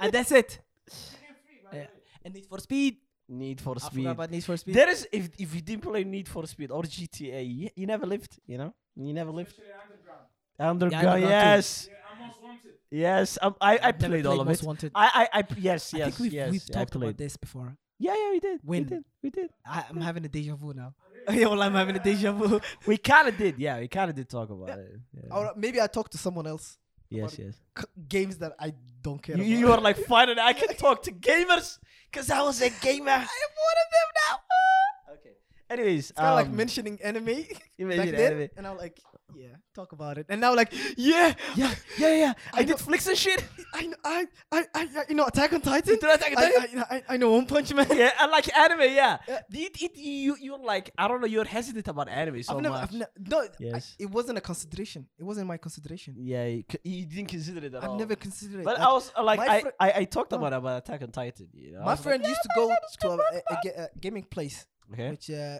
Speaker 1: and that's it.
Speaker 3: Game free, by the
Speaker 1: Yeah.
Speaker 3: way.
Speaker 1: And Need for Speed.
Speaker 2: Need for
Speaker 1: I
Speaker 2: Speed.
Speaker 1: forgot about Need for Speed.
Speaker 2: There is if if you didn't play Need for Speed or GTA, you, you never lived. You know, you never lived.
Speaker 3: Especially underground.
Speaker 2: Underground.
Speaker 1: Underground too.
Speaker 2: yes,
Speaker 3: Yeah, I'm most wanted.
Speaker 2: yes. Um, I I
Speaker 1: Never
Speaker 2: played all of
Speaker 1: Most
Speaker 2: it.
Speaker 1: Wanted.
Speaker 2: I I I yes
Speaker 1: I
Speaker 2: yes
Speaker 1: think we've,
Speaker 2: yes.
Speaker 1: we've
Speaker 2: I
Speaker 1: talked about
Speaker 2: played.
Speaker 1: this before.
Speaker 2: Yeah yeah we did.
Speaker 1: When?
Speaker 2: We did. We did.
Speaker 1: I, I'm having a deja vu now. yeah, well, I'm having a deja vu.
Speaker 2: We kind of did. Yeah, we kind of did talk about it. Yeah.
Speaker 1: Or maybe I talk to someone else.
Speaker 2: Yes yes.
Speaker 1: C- games that I don't care
Speaker 2: You,
Speaker 1: about.
Speaker 2: you are like finally I can talk to gamers because I was a gamer. I am one of them now. okay. Anyways,
Speaker 1: It's kind of like
Speaker 2: um,
Speaker 1: mentioning anime
Speaker 2: you
Speaker 1: back
Speaker 2: mentioned
Speaker 1: then,
Speaker 2: anime.
Speaker 1: and I'm like, yeah, talk about it. And now like, yeah,
Speaker 2: Yeah yeah yeah. I,
Speaker 1: I
Speaker 2: did flicks and shit.
Speaker 1: I, know, I, I, I, I- you know, Attack on Titan.
Speaker 2: Did I Attack on
Speaker 1: I-
Speaker 2: Titan?
Speaker 1: I, I, I know One Punch Man.
Speaker 2: yeah, I like anime. Yeah,
Speaker 1: Yeah.
Speaker 2: It, it, you you're like I don't know. You're hesitant about anime so
Speaker 1: I've never,
Speaker 2: much.
Speaker 1: I've never, no, I-
Speaker 2: Yes.
Speaker 1: it wasn't a consideration. It wasn't my consideration.
Speaker 2: yeah, you, c- you didn't consider it at
Speaker 1: I've
Speaker 2: all.
Speaker 1: never considered it.
Speaker 2: But
Speaker 1: Like,
Speaker 2: I was uh, like,
Speaker 1: my
Speaker 2: I,
Speaker 1: fri-
Speaker 2: I I talked
Speaker 1: Oh.
Speaker 2: about about Attack on Titan. You know,
Speaker 1: my
Speaker 2: I was like,
Speaker 1: friend used to go to a, a, a ga- a gaming place,
Speaker 2: okay,
Speaker 1: which uh,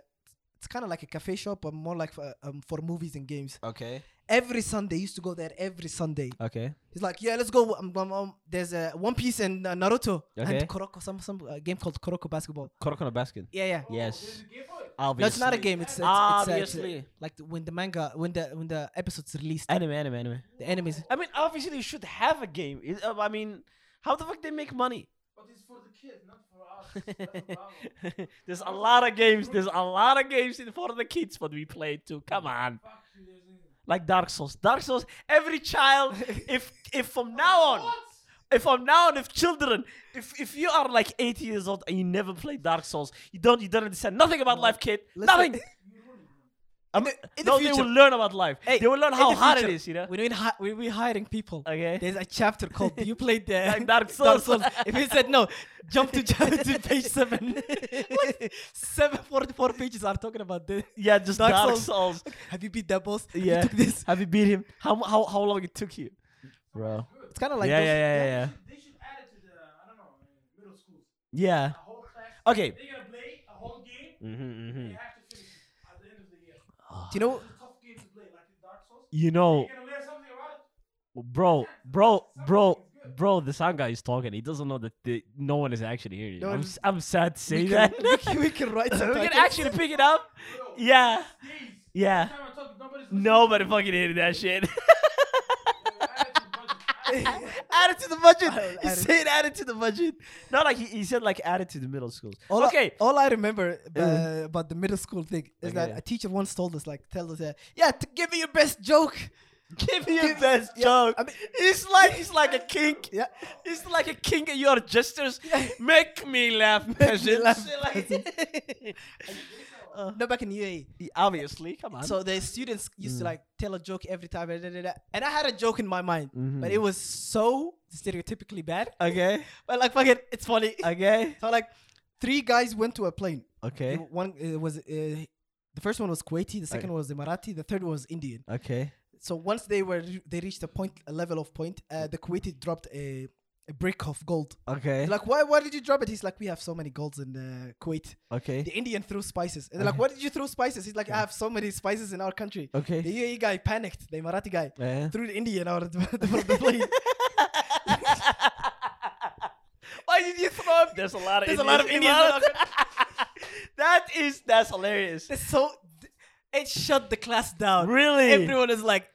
Speaker 1: it's kind of like a cafe shop, but more like for, um, for movies and games.
Speaker 2: okay,
Speaker 1: Every Sunday, he used to go there every Sunday.
Speaker 2: okay,
Speaker 1: He's like, yeah, let's go. Um, um, um, there's a One Piece and uh, Naruto
Speaker 2: Okay.
Speaker 1: and Kuroko, some some uh, game called Kuroko Basketball.
Speaker 2: Kuroko Basket.
Speaker 1: Yeah, yeah.
Speaker 3: Oh,
Speaker 2: Yes.
Speaker 3: there's a Game Boy.
Speaker 2: Obviously, Ah,
Speaker 1: No, it's not a game. It's, it's, it's, uh, it's, uh,
Speaker 2: obviously
Speaker 1: like the, when the manga, when the when the episode's released,
Speaker 2: anime, anime, anime.
Speaker 1: the enemies.
Speaker 2: I mean, obviously, you should have a game. It- uh, I mean, how the fuck they make money?
Speaker 3: But it's for the kids, not for us. That's the problem.
Speaker 2: there's a lot of games. There's a lot of games in for the kids, but we play too. Come on,
Speaker 3: Fuck you, there's a-
Speaker 2: like Dark Souls. Dark Souls. Every child, if if from now on,
Speaker 3: What?
Speaker 2: if from now on, if children, if if you are like 80 years old and you never played Dark Souls, you don't you don't understand nothing about life, kid.
Speaker 1: Listen,
Speaker 2: nothing. I mean,
Speaker 1: in the
Speaker 2: no, they
Speaker 1: future-
Speaker 2: will learn about life.
Speaker 1: Hey,
Speaker 2: they will learn
Speaker 1: in
Speaker 2: how
Speaker 1: the
Speaker 2: hard it
Speaker 1: future,
Speaker 2: is. You know.
Speaker 1: When we hi- when we're hiring people,
Speaker 2: Okay.
Speaker 1: there's a chapter called "You played the
Speaker 2: Like Dark Souls.
Speaker 1: If he said no, jump to, to page seven. like seven forty-four pages are talking about this.
Speaker 2: yeah, just Dark,
Speaker 1: Dark
Speaker 2: Souls.
Speaker 1: Souls. Have you beat that boss? Have you
Speaker 2: Yeah.
Speaker 1: took this.
Speaker 2: Have you beat him? How how how long it took you, bro?
Speaker 1: It's kind of like
Speaker 2: yeah,
Speaker 1: those-
Speaker 2: yeah, yeah, yeah,
Speaker 3: They should add it to the, I don't know,
Speaker 4: uh,
Speaker 3: middle school.
Speaker 2: yeah.
Speaker 3: A whole class.
Speaker 2: Okay.
Speaker 3: They're going to play a whole game.
Speaker 2: Mm-hmm,
Speaker 3: They have to finish it at the end of the year.
Speaker 1: Do you know?
Speaker 3: It's a tough game to play, like in Dark Souls.
Speaker 2: You know,
Speaker 3: You're going to learn something about it.
Speaker 2: bro, bro, bro, bro. The sound guy is talking. He doesn't know that the, no one is actually hearing.
Speaker 1: No,
Speaker 2: you. I'm
Speaker 1: it's-
Speaker 2: s- I'm sad to say
Speaker 1: we
Speaker 2: that.
Speaker 1: Can, we, can, we can write
Speaker 2: we can
Speaker 1: subtitles.
Speaker 2: actually pick it up.
Speaker 3: Bro,
Speaker 2: Yeah,
Speaker 3: days.
Speaker 2: yeah.
Speaker 3: Every time I talk, nobody's listening.
Speaker 2: Nobody fucking hated that shit.
Speaker 3: Yo, add it to the budget. Add it to the budget.
Speaker 2: add it to the budget.
Speaker 1: I will add it.
Speaker 2: He said add it to the budget. No, like he, he said like add it to the middle schools.
Speaker 1: All
Speaker 2: okay.
Speaker 1: I, all I remember uh,
Speaker 2: Uh.
Speaker 1: about the middle school thing is that
Speaker 2: Okay.
Speaker 1: a teacher once told us, like, tell us, uh, yeah, t- give me your best joke.
Speaker 2: Give me your
Speaker 1: Give-
Speaker 2: best
Speaker 1: yeah,
Speaker 2: joke.
Speaker 1: I mean-
Speaker 2: it's like it's like a kink.
Speaker 1: Yeah.
Speaker 2: It's like a kink in your gestures.
Speaker 1: Yeah.
Speaker 2: Make me laugh, peasants.
Speaker 1: laugh,
Speaker 2: Like-
Speaker 1: no, back in E. UAE.
Speaker 2: Obviously, come on.
Speaker 1: So the students used
Speaker 2: Mm.
Speaker 1: to like tell a joke every time, and da- da- da. and I had a joke in my mind, but it was so stereotypically bad.
Speaker 2: Mm-hmm. okay,
Speaker 1: But like, fuck it, it's funny.
Speaker 2: okay,
Speaker 1: so like, three guys went to a plane.
Speaker 2: okay,
Speaker 1: It- One uh, was uh, the first one was Kuwaiti, the second one was Emirati, the third one was Indian.
Speaker 2: okay.
Speaker 1: So once they were they reached a point, a level of point, uh, the Kuwaiti dropped a, a brick of gold.
Speaker 2: Okay.
Speaker 1: They're like, why why did you drop it? He's like, we have so many golds in uh, Kuwait. The
Speaker 2: Okay.
Speaker 1: Indian threw spices, and they're like, why did you throw spices? He's like, I have so many spices in our country. The
Speaker 2: Okay.
Speaker 1: UAE guy panicked. The Emirati guy
Speaker 2: Uh,
Speaker 1: threw the Indian out of the, from the plane.
Speaker 2: Why did you throw up? There's a lot of
Speaker 1: There's a lot of
Speaker 2: Indians
Speaker 1: Indians.
Speaker 2: out- that is that's hilarious.
Speaker 1: It's so it shut the class down.
Speaker 2: Really?
Speaker 1: Everyone is like,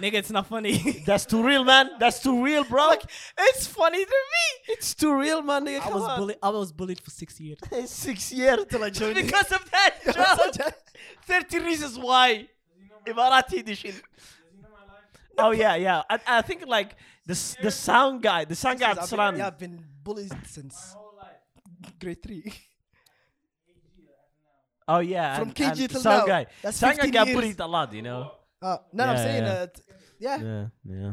Speaker 1: Nigga, it's not funny.
Speaker 2: That's too real, man. That's too real, bro.
Speaker 1: it's funny to me.
Speaker 2: it's too real, man. Nigga,
Speaker 1: I
Speaker 2: come
Speaker 1: was
Speaker 2: on.
Speaker 1: bullied. I was bullied for six years.
Speaker 2: Six years till I joined.
Speaker 1: it.
Speaker 2: because of that, bro. Thirty reasons why. Emirati edition. Oh yeah, yeah. I, I think like the s- the sound guy, the sound guy
Speaker 1: I've been-
Speaker 2: Absalam.
Speaker 1: yeah, I've been bullied since
Speaker 3: whole life.
Speaker 1: grade three.
Speaker 2: Oh yeah,
Speaker 1: From
Speaker 2: and,
Speaker 1: KG
Speaker 2: and
Speaker 1: till
Speaker 2: sound
Speaker 1: now.
Speaker 2: guy.
Speaker 1: That's
Speaker 2: sound guy
Speaker 1: 15
Speaker 2: got
Speaker 1: years.
Speaker 2: bullied a lot, you know.
Speaker 1: Uh, no, I'm
Speaker 2: Yeah,
Speaker 1: saying
Speaker 2: yeah.
Speaker 1: that. Yeah.
Speaker 2: Yeah, yeah.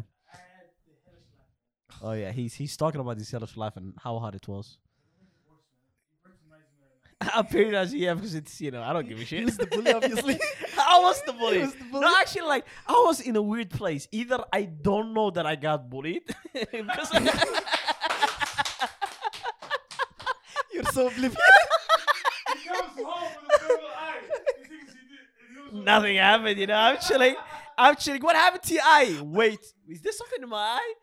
Speaker 2: Oh yeah, he's he's talking about his self life and how hard it was. I paid as yeah because it's you know I don't give a
Speaker 1: He
Speaker 2: shit.
Speaker 1: was the bully, obviously.
Speaker 2: I was the bully.
Speaker 1: He was the bully.
Speaker 2: No, actually, like I was in a weird place. Either I don't know that I got bullied because I,
Speaker 1: You're so oblivious.
Speaker 3: He comes home with a terrible eye. He thinks he did. He was
Speaker 2: nothing happened. You know, I'm chilling. I'm chilling. What happened to your eye? Wait, is there something in my eye?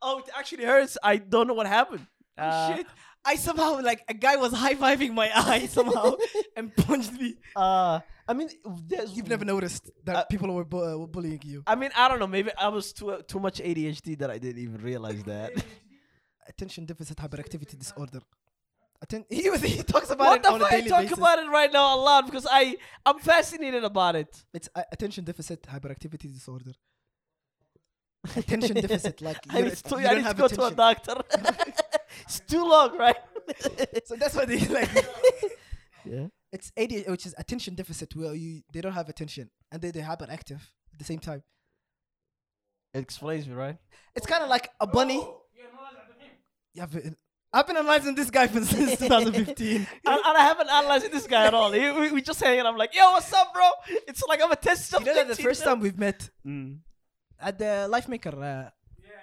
Speaker 2: Oh, it actually hurts. I don't know what happened. Oh,
Speaker 1: Uh,
Speaker 2: shit.
Speaker 1: I somehow like a guy was high fiving my eye somehow and punched me.
Speaker 2: Uh, I mean, there's
Speaker 1: You've never noticed that
Speaker 2: Uh,
Speaker 1: people were, bu- uh, were bullying you.
Speaker 2: I mean, I don't know. Maybe I was too too much ADHD that I didn't even realize that.
Speaker 1: Attention deficit hyperactivity disorder. Atten- he was he talks about
Speaker 2: what
Speaker 1: it
Speaker 2: the
Speaker 1: on
Speaker 2: fuck?
Speaker 1: a
Speaker 2: I
Speaker 1: daily
Speaker 2: talk
Speaker 1: basis.
Speaker 2: about it right now a lot because I I'm fascinated about it.
Speaker 1: it's uh, attention deficit hyperactivity disorder. Attention deficit, like
Speaker 2: I
Speaker 1: you,
Speaker 2: need to,
Speaker 1: you
Speaker 2: I
Speaker 1: don't
Speaker 2: need to
Speaker 1: have
Speaker 2: go
Speaker 1: attention.
Speaker 2: to a doctor. it's too long, right?
Speaker 1: So that's why they like.
Speaker 2: yeah.
Speaker 1: it's ADHD, which is attention deficit, where you they don't have attention and they they hyperactive at the same time.
Speaker 2: It explains me, right?
Speaker 1: It's kind of like a bunny.
Speaker 3: Oh, Yeah, no, that's after him.
Speaker 1: Yeah, but I've been analyzing this guy since 2015.
Speaker 2: And, and I haven't analyzed this guy at all. He- we, we just hanging. I'm like, yo, what's up, bro? It's like I'm a test
Speaker 1: you
Speaker 2: subject.
Speaker 1: know that the first
Speaker 2: know?
Speaker 1: time Mm. we've met at the Life Maker uh,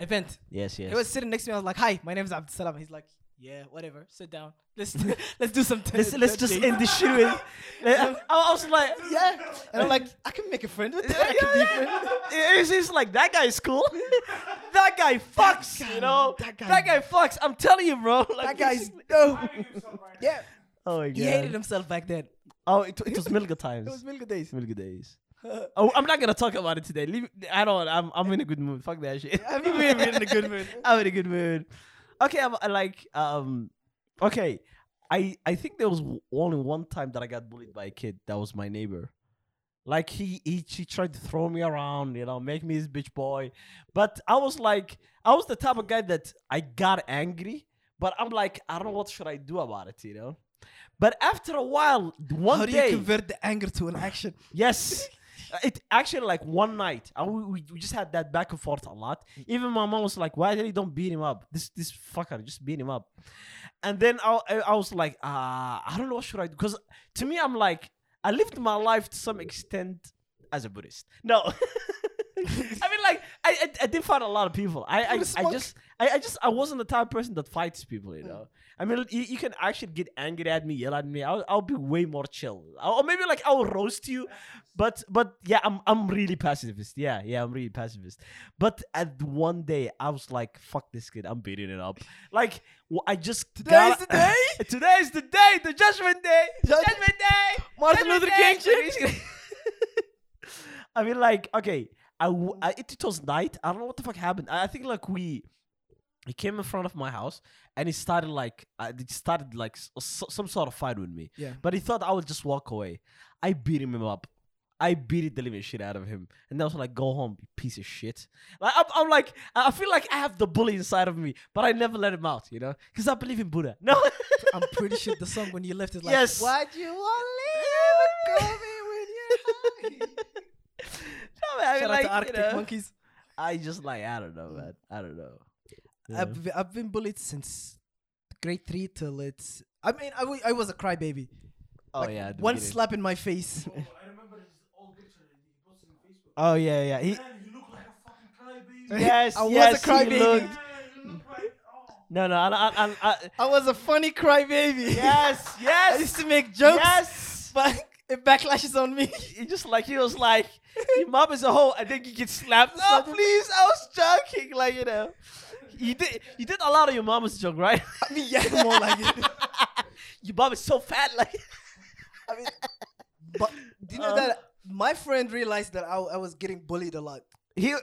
Speaker 1: event,
Speaker 2: Yes, yes.
Speaker 1: he was sitting next to me. I was like, "Hi, my name is Abdul Salam." He's like, "Yeah, whatever. Sit down. Let's let's do some."
Speaker 2: let's let's just end this shit with. I, I was like,
Speaker 1: Yeah, and I'm like, I can make a friend with that. I can be friend.
Speaker 2: It's, it's like that guy is cool. that guy fucks,
Speaker 1: guy-
Speaker 2: you know.
Speaker 1: that
Speaker 2: That
Speaker 1: guy-
Speaker 2: guy, fucks. I'm telling you, bro. Like,
Speaker 1: That guy's
Speaker 2: it's-
Speaker 1: no.
Speaker 3: Hiding himself right
Speaker 1: Yeah,
Speaker 2: Oh my god.
Speaker 1: he hated himself back then.
Speaker 2: Oh, it, it was Milga times.
Speaker 1: It was Milka days.
Speaker 2: Milga days. oh, I'm not gonna talk about it today. Leave. I don't. I'm. I'm in a good mood. Fuck that shit.
Speaker 1: I mean, we were in a good mood.
Speaker 2: I'm in a good mood. Okay. I'm I like. Um. Okay. I I think there was w- only one time that I got bullied by a kid. That was my neighbor. Like he he she tried to throw me around, you know, make me his bitch boy. But I was like, I was the type of guy that I got angry, but I'm like, I don't know what should I do about it, you know. But after a while, one
Speaker 1: How do
Speaker 2: day,
Speaker 1: you convert the anger to an action?
Speaker 2: Yes. Uh, It actually like one night, and we, we, we just had that back and forth a lot. Even my mom was like, "Why did you don't beat him up? This this fucker just beat him up." And then I I, I was like, "Ah, I don't know what should I do." Because to me, I'm like, I lived my life to some extent as a Buddhist. No, I mean like I I, I did fight a lot of people. I I,
Speaker 1: Buddhist
Speaker 2: I
Speaker 1: monk.
Speaker 2: just I, I just I wasn't the type of person that fights people. You know. I mean, you, you can actually get angry at me, yell at me. I'll, I'll be way more chill, or maybe like I'll roast you. But but yeah, I'm I'm really pacifist. Yeah, yeah, I'm really pacifist. But at one day, I was like, "Fuck this kid! I'm beating it up." Like w- I just
Speaker 1: Today is the day?
Speaker 2: today is the day, the judgment day,
Speaker 1: Judge-
Speaker 2: judgment day.
Speaker 1: Martin
Speaker 2: Judgment
Speaker 1: Luther
Speaker 2: Day.
Speaker 1: King shit.
Speaker 2: I mean, like, okay, I, w- I it, it was night. I don't know what the fuck happened. I, I think like we, he came in front of my house and he started like, uh, he started like s- s- some sort of fight with me.
Speaker 1: Yeah.
Speaker 2: But he thought I would just walk away. I beat him up. I beat the living shit out of him, and I was like, "Go home, you piece of shit." Like I'm, I'm like, I I feel like I have the bully inside of me, but I never let him out, you know, because I believe in Buddha. No.
Speaker 1: I'm pretty sure the song when you left is like,
Speaker 2: Yes.
Speaker 1: Why'd you want
Speaker 2: Leave
Speaker 1: to leave?
Speaker 2: No, man, I
Speaker 1: Shout
Speaker 2: mean,
Speaker 1: out
Speaker 2: like,
Speaker 1: to Arctic
Speaker 2: you know,
Speaker 1: Monkeys.
Speaker 2: I just like I don't know, man. I don't know.
Speaker 1: I've, be- I've been bullied since grade three till it's. I mean, I wa- I was a crybaby.
Speaker 2: oh
Speaker 1: Like,
Speaker 2: yeah, at the
Speaker 1: One
Speaker 2: beginning.
Speaker 1: slap in my face.
Speaker 3: now. I remember his old picture that he posted on Facebook.
Speaker 2: Oh yeah, yeah. He,
Speaker 3: Man, you look like a fucking crybaby.
Speaker 2: yes,
Speaker 1: I was a
Speaker 2: yes, he
Speaker 1: crybaby.
Speaker 2: looked-
Speaker 3: Man, you look like oh.
Speaker 2: No, no, I, I, I, I,
Speaker 1: I was a funny crybaby.
Speaker 2: yes,
Speaker 1: I
Speaker 2: yes,
Speaker 1: used to make jokes,
Speaker 2: yes.
Speaker 1: but it backlashes on me.
Speaker 2: He just like he was like, your mom is a hoe, and then you get slapped. No,
Speaker 1: Slapped.
Speaker 2: please, I was joking, like you know. You did, you did a lot of your mama's joke, right?
Speaker 1: I mean, yeah, more like it.
Speaker 2: your mom is so fat, like.
Speaker 1: I mean, but do you know
Speaker 2: Uh.
Speaker 1: that my friend realized that I, I was getting bullied a lot.
Speaker 2: He,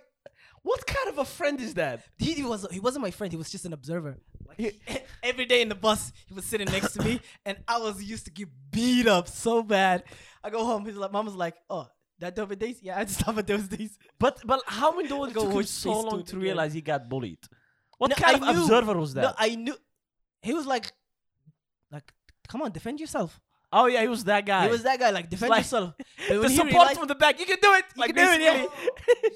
Speaker 2: what kind of a friend is that?
Speaker 1: He, he was he wasn't my friend. He was just an observer. Like he- every day in the bus, he was sitting next to me, and I was used to get beat up so bad. I go home. His like, mom was like, "Oh, that double days? Yeah, I just stop at those days."
Speaker 2: But but how many dollars
Speaker 1: Go
Speaker 2: took him
Speaker 1: watch
Speaker 2: so
Speaker 1: Space
Speaker 2: long
Speaker 1: Dude
Speaker 2: to
Speaker 1: again.
Speaker 2: realize he got bullied? What
Speaker 1: No,
Speaker 2: kind
Speaker 1: I
Speaker 2: of
Speaker 1: knew.
Speaker 2: observer was that?
Speaker 1: No, I knew. He was like, like, come on, defend yourself.
Speaker 2: oh yeah, he was that guy.
Speaker 1: He was that guy. Like, defend
Speaker 2: Like,
Speaker 1: yourself. But
Speaker 2: the
Speaker 1: when he
Speaker 2: support
Speaker 1: realized-
Speaker 2: from the back. You can do it.
Speaker 1: You
Speaker 2: like
Speaker 1: can do it, yeah.
Speaker 2: basically.
Speaker 3: you say the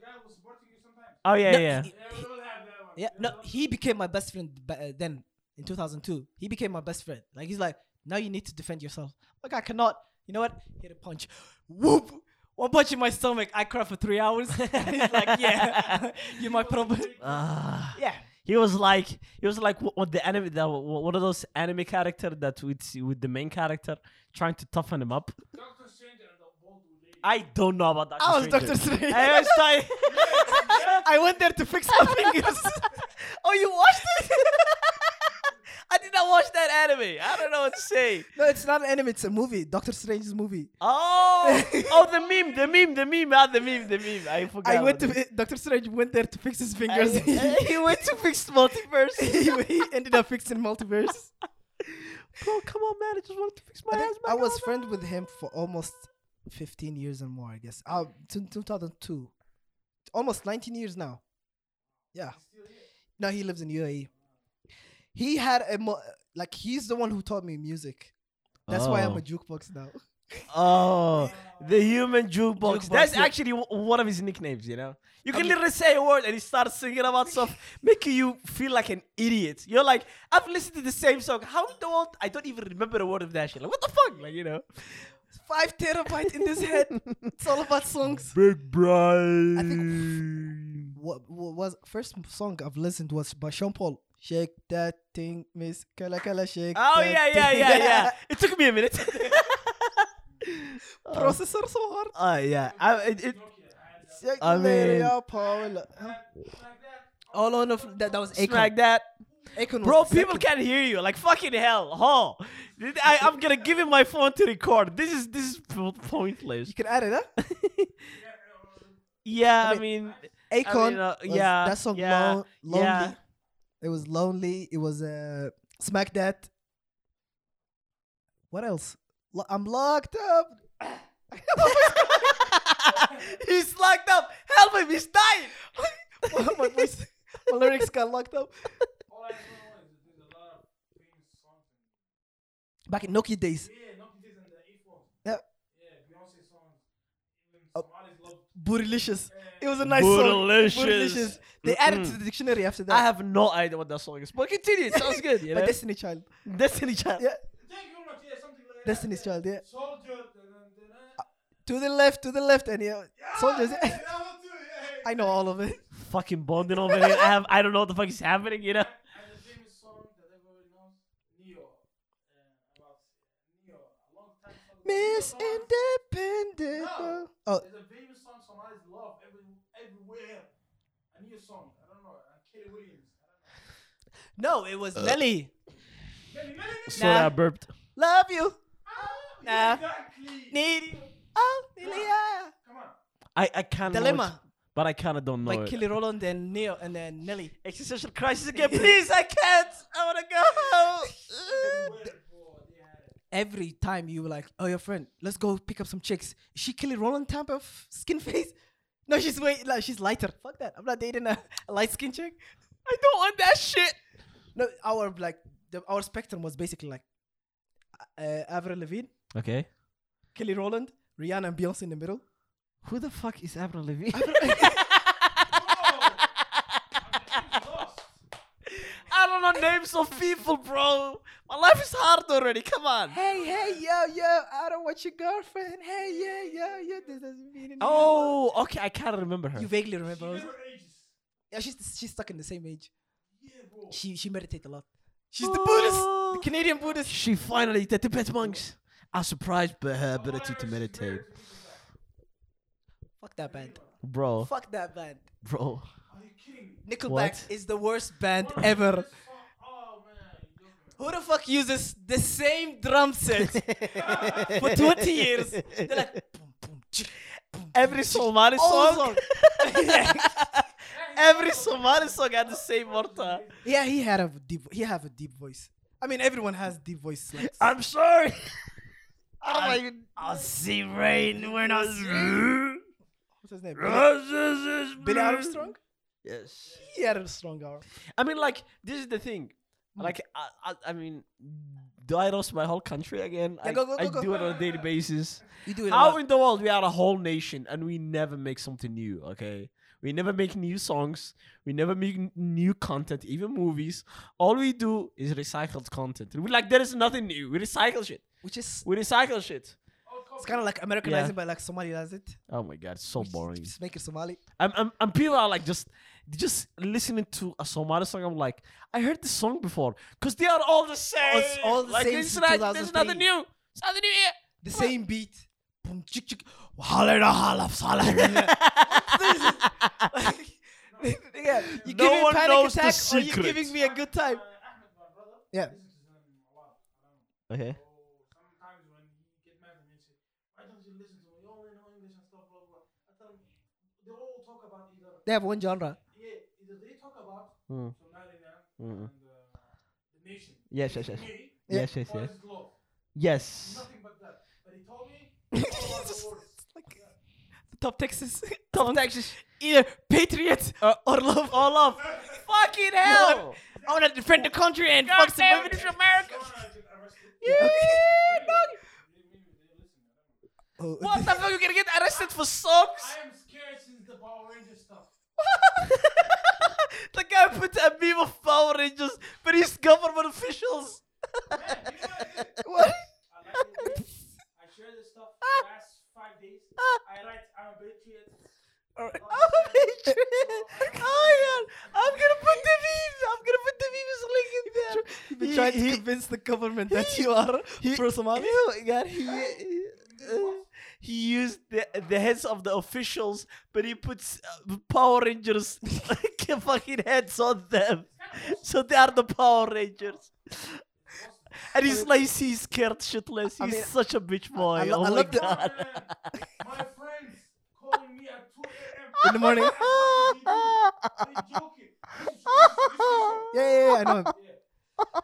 Speaker 3: guy was supporting you sometimes.
Speaker 2: Oh yeah,
Speaker 1: No,
Speaker 2: yeah.
Speaker 1: he-
Speaker 3: Yeah, we all have that one.
Speaker 1: Yeah,
Speaker 3: We
Speaker 1: no,
Speaker 3: all-
Speaker 1: he became my best friend ba- uh, then in 2002. He became my best friend. Like he's like, now you need to defend yourself. Like I cannot. You know what? Hit a punch. Whoop. One punch in my stomach. I cry for three hours. and he's like, yeah, you're my problem.
Speaker 2: Ah.
Speaker 1: Yeah.
Speaker 2: He was like he was like what, what the anime that what, one of those anime character that with with the main character trying to toughen him up.
Speaker 3: Doctor Strange and the bald lady.
Speaker 2: I don't know about that.
Speaker 1: I was Doctor Strange.
Speaker 2: I was like,
Speaker 1: I went there to fix my fingers.
Speaker 2: oh, you watched it? I did not watch that anime. I don't know what to say.
Speaker 1: no, it's not an anime. It's a movie. Doctor Strange's movie.
Speaker 2: Oh, oh, the meme, the meme, the meme, ah, the meme, the meme. I forgot.
Speaker 1: I went
Speaker 2: about
Speaker 1: to Doctor Strange went there to fix his fingers.
Speaker 2: that. I- he went to fix multiverse.
Speaker 1: he, he ended up fixing multiverse.
Speaker 2: Bro, come on, man! I just wanted to fix my
Speaker 1: I,
Speaker 2: ass.
Speaker 1: think I
Speaker 2: man.
Speaker 1: was
Speaker 2: Come on,
Speaker 1: friend with him for almost 15 years and more, I guess. Uh, t- 2002. Almost 19 years now. Yeah. No, he lives in UAE. He had a, mo- like, he's the one who taught me music. That's why I'm
Speaker 2: Oh.
Speaker 1: a jukebox now.
Speaker 2: Oh, the human jukebox.
Speaker 1: Jukebox,
Speaker 2: That's
Speaker 1: yeah.
Speaker 2: actually w- one of his nicknames, you know? You can
Speaker 1: mean-
Speaker 2: literally say a word and he starts singing about stuff, making you feel like an idiot. You're like, I've listened to the same song. How in the world? I don't even remember a word of that shit. Like, what the fuck? Like, you know?
Speaker 1: Five terabyte in his head. It's all about songs.
Speaker 2: Big
Speaker 1: I
Speaker 2: Brian.
Speaker 1: What, what was first song I've listened was by Sean Paul. Shake that thing, Miss Kala Kala Shake.
Speaker 2: Oh,
Speaker 1: that
Speaker 2: yeah, yeah,
Speaker 1: thing.
Speaker 2: yeah, yeah. It took me a minute.
Speaker 1: Processor so hard.
Speaker 2: Oh, yeah. I, it, it,
Speaker 3: Nokia. I had that.
Speaker 1: Shake
Speaker 2: I
Speaker 1: Mary
Speaker 2: mean-
Speaker 1: up, Paula.
Speaker 3: Like that.
Speaker 1: All on the fl- that, that was Akon.
Speaker 2: smack that.
Speaker 1: Akon
Speaker 2: Bro,
Speaker 1: was the
Speaker 2: people
Speaker 1: second.
Speaker 2: can't hear you. Like fucking hell, Hall. I, I'm gonna give him my phone to record. This is this is po- pointless.
Speaker 1: You can add it, huh?
Speaker 2: Yeah,
Speaker 1: I
Speaker 2: I mean,
Speaker 1: Akon.
Speaker 2: uh,
Speaker 1: was-
Speaker 2: yeah,
Speaker 1: That song,
Speaker 2: yeah,
Speaker 1: Lon- Lonely.
Speaker 2: yeah.
Speaker 1: It was Lonely. It was uh, Smack That. What else? Lo- I'm locked up.
Speaker 2: he's locked up. Help him! He's dying.
Speaker 1: my, voice, my lyrics got locked up.
Speaker 3: All I know is that there's a lot of famous songs.
Speaker 1: Back in Nokia days,
Speaker 3: Yeah, Nokia did and the iPhone.
Speaker 1: Yeah.
Speaker 3: Yeah, Beyonce songs. Even
Speaker 1: Oh.
Speaker 3: Somalis love.
Speaker 1: Bootylicious. It
Speaker 3: Yeah.
Speaker 1: was a nice
Speaker 2: Bootylicious.
Speaker 1: song. Bootylicious. They added to
Speaker 2: Mm-mm.
Speaker 1: the dictionary after that.
Speaker 2: I have no idea what that song is, but continue. It sounds good. You
Speaker 1: By
Speaker 2: know?
Speaker 1: Destiny Child.
Speaker 2: Destiny Child.
Speaker 1: Yeah.
Speaker 3: Thank you very much. Yeah, something like
Speaker 1: Destiny's
Speaker 3: that.
Speaker 1: Child, yeah.
Speaker 3: Yeah. Soldier. dun, dun, dun, dun.
Speaker 1: To the left, to the left, and yeah.
Speaker 3: Yeah,
Speaker 1: Uh, Soldiers.
Speaker 3: Ah, yeah, that one too, yeah,
Speaker 1: I know all of it.
Speaker 2: Fucking bonding over here. I have. I don't know what the fuck is happening. You know.
Speaker 3: And the famous song that everybody knows, Neo. Uh, about Neo. A long time ago.
Speaker 1: Miss
Speaker 3: Neo songs.
Speaker 1: Independent.
Speaker 3: No.
Speaker 1: Oh,
Speaker 3: There's a famous song Somalis love every, everywhere. A new song. I don't know. Uh, Katie Williams.
Speaker 1: no, it was Nelly.
Speaker 3: I don't know. Nelly, Nelly, Nelly.
Speaker 2: Sorry, I burped.
Speaker 1: Love you.
Speaker 3: Ah,
Speaker 1: Nah.
Speaker 3: Exactly.
Speaker 1: Need you. Oh, Nelia.
Speaker 3: Come on.
Speaker 2: I I can't. know it,
Speaker 1: Dilemma.
Speaker 2: but I kind of don't know
Speaker 1: By
Speaker 2: it.
Speaker 1: Killy Roland and Neil and then Nelly.
Speaker 2: Existential crisis again, please. I can't. I wanna go.
Speaker 3: Where it for, they had it.
Speaker 1: Every time you were like, oh, your friend, let's go pick up some chicks. Is she Killy Roland type of skin face? No, she's way, like, she's lighter. Fuck that. I'm not dating a, a light skin chick.
Speaker 2: I don't want that shit.
Speaker 1: No, our like the, our spectrum was basically like uh, Avril Lavigne,
Speaker 2: Okay.
Speaker 1: Kelly Rowland, Rihanna, and Beyonce in the middle.
Speaker 2: Who the fuck is Avril Lavigne?
Speaker 3: Oh, Lost.
Speaker 2: I don't know names of people, bro. My life is hard already. Come on.
Speaker 1: Hey, hey, yo, yo, I don't want your girlfriend. Hey, yeah, yo, yo, this doesn't mean anything.
Speaker 2: Oh, okay. I can't remember her.
Speaker 1: you vaguely
Speaker 3: She
Speaker 1: remember.
Speaker 3: never ages.
Speaker 1: Yeah, she's she's stuck in the same age.
Speaker 3: Yeah, bro.
Speaker 1: She she meditates a lot. She's the Buddhist,
Speaker 2: Oh.
Speaker 1: the Canadian Buddhist.
Speaker 2: She finally the Tibet monks. are surprised by her ability to meditate,
Speaker 1: Fuck that band.
Speaker 2: bro.
Speaker 1: Fuck that band.
Speaker 2: Bro,
Speaker 3: Are you kidding me?
Speaker 1: Nickelback
Speaker 2: What?
Speaker 1: is the worst band
Speaker 3: One of
Speaker 1: ever.
Speaker 3: the best song- Oh man. you don't
Speaker 1: Who the fuck uses the same drum set for 20 years? They're like, boom, boom, chick, boom,
Speaker 2: Every Somali song, every Somali song had the same order.
Speaker 1: yeah, he had a deep. He have a deep voice. I mean, everyone has deep voice. Like,
Speaker 2: I'm sorry. I don't even. I'll see rain when I
Speaker 1: what's his name? Billy,
Speaker 2: see.
Speaker 1: Billy Armstrong.
Speaker 2: Yes.
Speaker 1: He had a strong arm.
Speaker 2: I mean, like this is the thing. Like I, I, I mean, do I roast my whole country again?
Speaker 1: Yeah,
Speaker 2: I,
Speaker 1: go, go,
Speaker 2: I
Speaker 1: go, go.
Speaker 2: do it on a daily basis.
Speaker 1: You do it. a
Speaker 2: How
Speaker 1: lot.
Speaker 2: in the world we are a whole nation and we never make something new? Okay, we never make new songs. We never make n- new content, even movies. All we do is recycled content. We like there is nothing new. We recycle shit.
Speaker 1: which is
Speaker 2: We recycle shit.
Speaker 1: it's kind of like Americanizing, but like Somali does it.
Speaker 2: Oh my god, it's so
Speaker 1: Just-
Speaker 2: boring.
Speaker 1: Just make it Somali.
Speaker 2: I'm, I'm, and people are like just just listening to a Somali song. I'm like, I heard this song before because they are all the same.
Speaker 1: it's all the
Speaker 2: like,
Speaker 1: same
Speaker 2: Oh, It's
Speaker 1: since
Speaker 2: like, there's nothing
Speaker 1: 2003.
Speaker 2: new. There's nothing new here.
Speaker 1: The same beat. Boom, chick, chick. Wahala na halaf, salah. This is- yeah, you
Speaker 2: No
Speaker 1: give me a
Speaker 2: one
Speaker 1: panic
Speaker 2: knows the
Speaker 1: attack, or you're
Speaker 2: secret.
Speaker 1: giving me a good time.
Speaker 3: Ahmed, my brother,
Speaker 1: Yeah.
Speaker 3: listens to them a lot.
Speaker 2: Okay.
Speaker 3: So Oh, sometimes when he get mad at me and say, why don't you listen to me? You only know English and stuff, blah, blah, blah. I tell him, they all talk about either,
Speaker 1: They have one genre.
Speaker 3: yeah, either they talk about
Speaker 2: Mm. Mm.
Speaker 3: Somaliland and uh, the nation.
Speaker 2: Yes, yes, yes.
Speaker 3: Me,
Speaker 1: Yeah.
Speaker 2: Yes, yes,
Speaker 3: or
Speaker 2: yes.
Speaker 3: his law.
Speaker 2: Yes.
Speaker 3: Nothing but that. But he told me all about the words.
Speaker 1: Like the top Texas.
Speaker 2: Top Texas.
Speaker 1: Either patriot or love.
Speaker 2: All love. Fucking hell.
Speaker 1: I want to defend the country and fuck some women.
Speaker 2: America.
Speaker 3: Someone get arrested. They- they- they listen.
Speaker 1: Oh,
Speaker 2: What the fuck? You're gonna get arrested for songs?
Speaker 3: I am scared since the Power Ranger stuff.
Speaker 2: the guy put a meme of Power Rangers, but he's government officials.
Speaker 3: Man, you know what I did?
Speaker 1: What?
Speaker 3: I like it. I share this stuff for the last five days. I write I'm a patriot.
Speaker 1: All right.
Speaker 2: I'm a patriot. Oh yeah. I'm gonna put the memes. I'm gonna put the memes link in there.
Speaker 1: You've been trying to convince the government that you are pro Somali.
Speaker 2: Ew, God, he, uh, he used the, the heads of the officials, but he puts uh, Power Rangers like, fucking heads on them. So they are the Power Rangers. And he's lazy, he's scared, shitless. He's
Speaker 1: I mean,
Speaker 2: such a bitch boy.
Speaker 1: I lo-
Speaker 2: oh
Speaker 1: I
Speaker 2: my
Speaker 1: love the-
Speaker 2: god.
Speaker 3: My friends calling me at 2 a.m.
Speaker 1: In the morning.
Speaker 3: They joking. This is- this is- this
Speaker 1: Yeah, yeah, yeah, I know.
Speaker 3: is- yeah. You know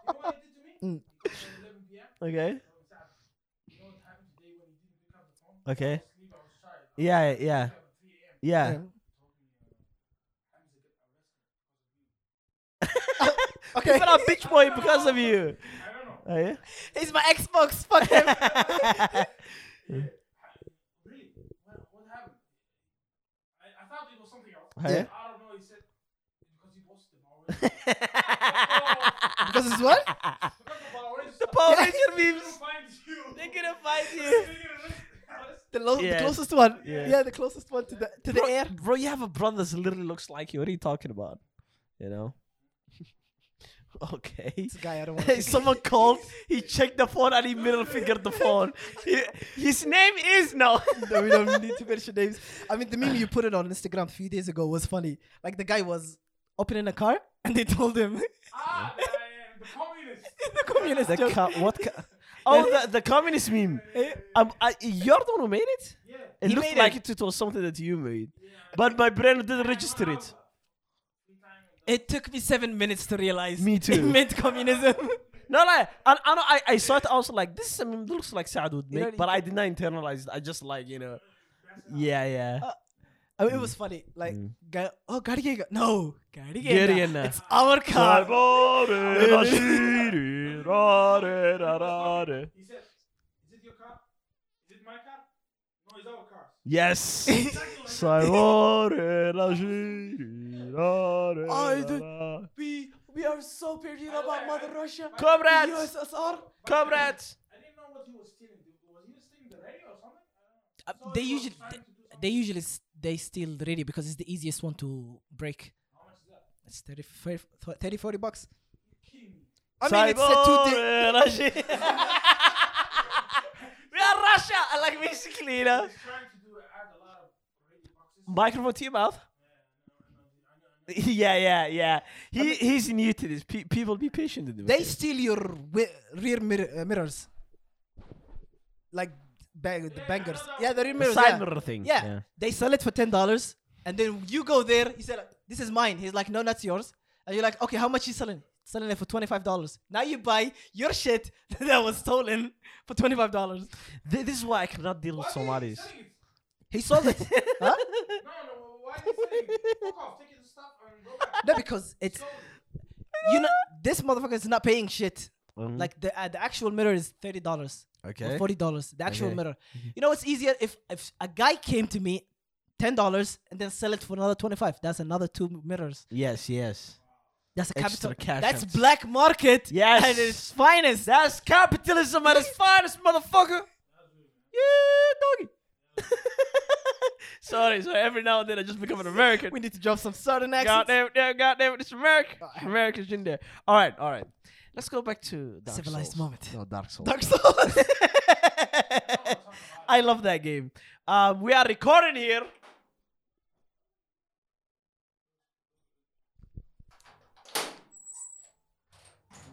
Speaker 3: what he did to me?
Speaker 1: Mm.
Speaker 3: He called me at 11 p.m.
Speaker 2: okay.
Speaker 3: I was out. You know what happened today when he didn't pick up the phone?
Speaker 2: Okay.
Speaker 3: I was asleep, I was tired. I
Speaker 2: Yeah,
Speaker 3: was
Speaker 2: yeah,
Speaker 3: up at 3 a.m.
Speaker 2: yeah.
Speaker 3: Told me, uh, Hamza get arrested because of you.
Speaker 1: Okay.
Speaker 2: But I'm a bitch boy because of you.
Speaker 3: I don't know.
Speaker 2: Oh, yeah?
Speaker 1: He's my Xbox. Fuck him.
Speaker 3: Yeah. Really? What, what happened? I, I thought it was something else.
Speaker 2: Yeah.
Speaker 3: I don't know. He said because he watched the Power Rangers. Oh,
Speaker 1: because it's what?
Speaker 3: because the Power Rangers.
Speaker 2: the Power
Speaker 1: Yeah.
Speaker 2: Ranger
Speaker 3: They're
Speaker 2: memes.
Speaker 3: gonna find you.
Speaker 2: They're gonna find
Speaker 3: They're
Speaker 2: you.
Speaker 3: gonna arrest-
Speaker 1: The, lo-
Speaker 2: Yeah.
Speaker 1: the closest one.
Speaker 2: Yeah.
Speaker 1: Yeah. the closest one to the to the
Speaker 2: bro,
Speaker 1: air.
Speaker 2: bro, you have a brother that literally looks like you. What are you talking about? You know? okay.
Speaker 1: This guy, I don't want to.
Speaker 2: Someone called, he checked the phone and he middle fingered the phone. He- his name is no.
Speaker 1: no, we don't need to mention names. I mean, the meme you put it on Instagram a few days ago was funny. Like the guy was opening a car and they told him
Speaker 3: Ah, yeah, yeah, the communists.
Speaker 1: the communist
Speaker 2: The
Speaker 1: joke.
Speaker 2: co- what co- oh, the, the communist meme. Um, I, you're the one who made it?
Speaker 3: Yeah.
Speaker 2: It
Speaker 1: He
Speaker 2: looked
Speaker 1: made
Speaker 2: like it. was something that you made. But my brain didn't register it.
Speaker 3: Three times.
Speaker 1: It took me seven minutes to realize.
Speaker 2: Me
Speaker 1: It
Speaker 2: too.
Speaker 1: meant communism.
Speaker 2: No, no, and, and I, I saw it. I was like, this is a meme that looks like Saad would
Speaker 1: You know,
Speaker 2: make, but I did not internalize it. I just like, you know, yeah, yeah.
Speaker 1: I mean, it was funny. Like,
Speaker 2: Mm.
Speaker 1: ga- oh, Garigega. No, Garigega.
Speaker 2: Garigena.
Speaker 1: It's our car.
Speaker 3: He said, "Is it your car? Is it my car? No, it's our car."
Speaker 2: Yes.
Speaker 3: Exactly like that.
Speaker 2: Comrades,
Speaker 1: We, we are so patriotic about Mother Russia. The USSR.
Speaker 2: comrades.
Speaker 3: I didn't know what he was stealing. Was he stealing the radio or something? I
Speaker 1: Uh,
Speaker 3: don't know. So
Speaker 1: they
Speaker 3: he was
Speaker 1: usually
Speaker 3: trying
Speaker 1: they,
Speaker 3: to do
Speaker 1: they
Speaker 3: something.
Speaker 1: usually s- they steal the radio because it's the easiest one to break.
Speaker 3: How much is that?
Speaker 1: It's 30, 30, 30 40 bucks.
Speaker 3: You kidding me?
Speaker 1: I mean,
Speaker 2: eh,
Speaker 1: it's a two
Speaker 2: oh,
Speaker 1: day.
Speaker 2: We are Russia, like basically, you know.
Speaker 3: He's trying to do add a lot of radio boxes.
Speaker 2: Microphone to your mouth. Yeah, yeah, yeah. He he's new to this. Pe- people be patient with him.
Speaker 1: They
Speaker 2: okay?
Speaker 1: steal your wi- rear mir- uh, mirrors. Like bang, the bangers. Yeah, the rim
Speaker 2: The
Speaker 1: mirrors.
Speaker 2: side
Speaker 1: yeah.
Speaker 2: mirror thing.
Speaker 1: Yeah. they sell it for ten dollars, and then you go there. He said, "This is mine." He's like, "No, that's yours." And you're like, "Okay, how much you selling?" Selling it for twenty five dollars. Now you buy your shit that was stolen for twenty five dollars.
Speaker 2: Th- this is why I cannot deal with
Speaker 3: Why are you
Speaker 2: Somalis.
Speaker 3: selling it?
Speaker 1: He sold it. huh?
Speaker 3: No, no, why are you selling it? Fuck off, take the stuff and go back.
Speaker 1: No, because it's
Speaker 3: Sold it.
Speaker 1: you know this motherfucker is not paying shit.
Speaker 2: Mm.
Speaker 1: Like the uh, the actual mirror is thirty dollars
Speaker 2: okay.
Speaker 1: or forty dollars. The actual
Speaker 2: Okay. Mm-hmm.
Speaker 1: mirror. You know it's easier if if a guy came to me. Ten dollars and then sell it for another twenty-five. That's another two mirrors.
Speaker 2: Yes, yes.
Speaker 1: That's a
Speaker 2: Extra
Speaker 1: capital.
Speaker 2: cash
Speaker 1: That's
Speaker 2: outs.
Speaker 1: black market.
Speaker 2: Yes.
Speaker 1: and it's finest.
Speaker 2: That's capitalism at its finest, motherfucker. Yeah, doggy. sorry, sorry. Every now and then I just become an American.
Speaker 1: We need to drop some southern
Speaker 2: God
Speaker 1: accents.
Speaker 2: damn, it, yeah, God damn it, it's America.
Speaker 1: Uh,
Speaker 2: America's in there. All right, all right. Let's go back to Dark
Speaker 1: Civilized
Speaker 2: Souls.
Speaker 1: moment.
Speaker 2: No, Dark Souls.
Speaker 1: Dark Souls.
Speaker 2: I love that game. Um, we are recording here.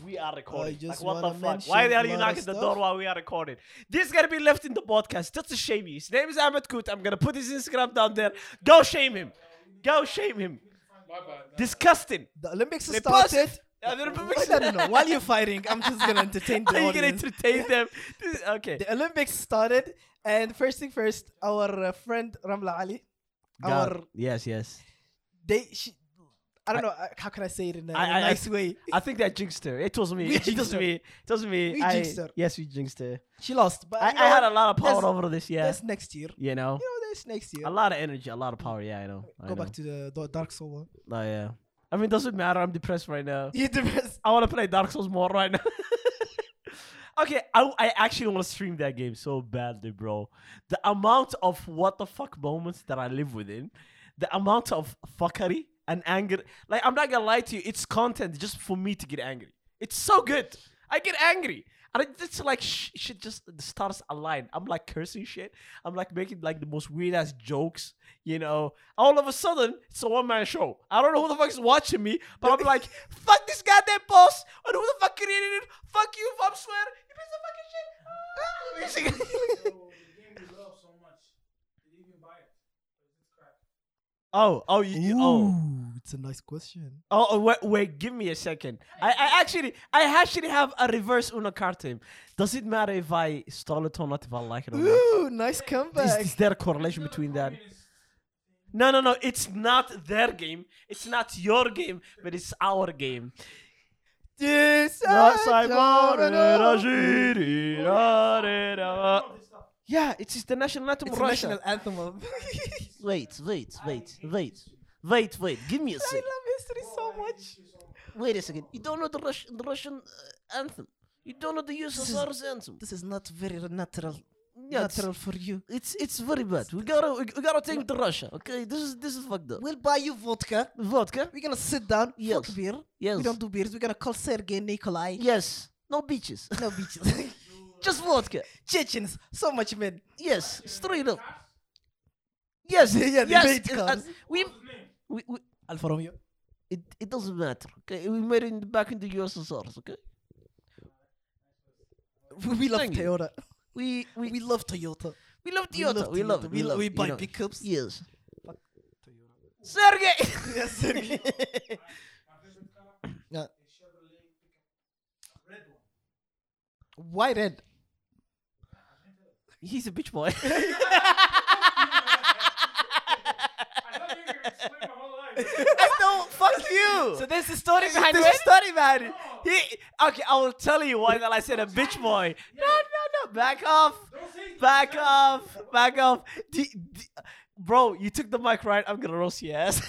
Speaker 2: We are recording.
Speaker 1: just
Speaker 2: like, what
Speaker 1: wanna
Speaker 2: the fuck? Why
Speaker 1: mention
Speaker 2: are you
Speaker 1: a lot of
Speaker 2: knocking the door
Speaker 1: stuff.
Speaker 2: while we are recording? This is gonna be left in the podcast. That's a shame. His name is Ahmed Kut. I'm gonna put his Instagram down there. Go shame him. Go shame him. Disgusting.
Speaker 1: the Olympics
Speaker 2: They
Speaker 1: has started.
Speaker 2: passed. Uh, the Olympics-
Speaker 1: Wait, no, no, no. While you're fighting, I'm just gonna entertain the
Speaker 2: Are you gonna
Speaker 1: audience.
Speaker 2: entertain them? This- Okay.
Speaker 1: the Olympics started, and first thing first, our uh, friend Ramla Ali, our
Speaker 2: yes, yes.
Speaker 1: they, she, I don't know uh, how can I say it in a,
Speaker 2: I-
Speaker 1: in a
Speaker 2: I- I-
Speaker 1: nice way.
Speaker 2: I think that jinxed her. It was me.
Speaker 1: We
Speaker 2: it was
Speaker 1: jinxed her.
Speaker 2: me. It was me.
Speaker 1: We
Speaker 2: I-
Speaker 1: jinxed her.
Speaker 2: Yes, we jinxed her.
Speaker 1: She lost, but
Speaker 2: I,
Speaker 1: you know
Speaker 2: I had a
Speaker 1: what?
Speaker 2: lot of power
Speaker 1: That's-
Speaker 2: over this year.
Speaker 1: That's next year.
Speaker 2: You know,
Speaker 1: You know, that's next year.
Speaker 2: a lot of energy, a lot of power. Yeah, I know. I
Speaker 1: Go
Speaker 2: know.
Speaker 1: back to the, the Dark Souls. one.
Speaker 2: Oh, yeah. I mean, doesn't matter. I'm depressed right now.
Speaker 1: You're depressed.
Speaker 2: I want to play Dark Souls more right now. okay, I, I actually want to stream that game so badly, bro. The amount of what the fuck moments that I live within, the amount of fuckery and anger. Like, I'm not gonna lie to you, it's content just for me to get angry. It's so good. I get angry. And it- it's like sh- shit just the stars align. I'm like cursing shit. I'm like making like the most weird ass jokes, you know. All of a sudden, it's a one man show. I don't know who the fuck is watching me, but I'm like, fuck this goddamn boss. And who the fuck created it? Fuck you, Bob Swear. You piece of fucking shit. Ah,
Speaker 3: So, the game you love so much, did you even buy it? It's crap.
Speaker 2: oh, oh, you, you- oh.
Speaker 1: Ooh, it's a nice question.
Speaker 2: Oh, oh, wait, wait, give me a second. I, I actually, I actually have a reverse Uno card team. Does it matter if I stole it or not, if I like it or not?
Speaker 1: Ooh, nice
Speaker 2: Is,
Speaker 1: comeback.
Speaker 2: is there a correlation between that? No, no, no. It's not their game. It's not your game, but it's our game.
Speaker 1: This
Speaker 2: Yeah, it's just the national anthem
Speaker 1: It's
Speaker 2: of
Speaker 1: a
Speaker 2: Russia.
Speaker 1: national anthem of.
Speaker 2: Wait, wait, wait, wait. Wait, wait. Give me a
Speaker 1: I
Speaker 2: second.
Speaker 1: love history so much.
Speaker 2: Wait a second. You don't know the, Rush- the Russian uh, anthem. You don't know the USSR's anthem.
Speaker 1: This is not very natural.
Speaker 2: Yeah, it's-
Speaker 1: natural for you.
Speaker 2: It's it's very bad. We gotta we, we gotta take the Russia. Okay, this is this is fucked up.
Speaker 1: We'll buy you vodka.
Speaker 2: Vodka.
Speaker 1: We're gonna sit down.
Speaker 2: Yes.
Speaker 1: Fuck beer.
Speaker 2: Yes.
Speaker 1: We don't do beers. We're gonna call Sergey Nikolai.
Speaker 2: Yes. No beaches.
Speaker 1: No beaches.
Speaker 2: Just vodka.
Speaker 1: Chechens. So much men.
Speaker 2: Yes. Straight up.
Speaker 1: Yes. yeah. The
Speaker 2: Yes.
Speaker 1: debate
Speaker 2: it's-
Speaker 1: comes.
Speaker 2: uh, we, we we
Speaker 1: Alfa Romeo.
Speaker 2: it, it doesn't matter. Okay, we made it in the back in the USSR. Okay,
Speaker 1: We- We love
Speaker 2: Thank you.
Speaker 1: Toyota.
Speaker 2: we we
Speaker 1: We love Toyota.
Speaker 2: we love Toyota. We love
Speaker 1: Toyota.
Speaker 2: it.
Speaker 1: We,
Speaker 2: love
Speaker 1: we
Speaker 2: it, you
Speaker 1: buy
Speaker 2: know.
Speaker 1: pickups.
Speaker 2: Yes. Sergey.
Speaker 1: Yes, Sergey. Yeah. Why red?
Speaker 2: He's a bitch boy.
Speaker 3: I thought you were gonna explain my whole life.
Speaker 2: no, fuck you.
Speaker 1: So there's a story behind
Speaker 2: There's
Speaker 1: red.
Speaker 2: a story behind it. He, okay, I will tell you why that I said a bitch boy. No, no, no. Back off.
Speaker 3: Don't say it.
Speaker 2: Back off. Back off. D- d- bro, you took the mic right. I'm going to roast your ass.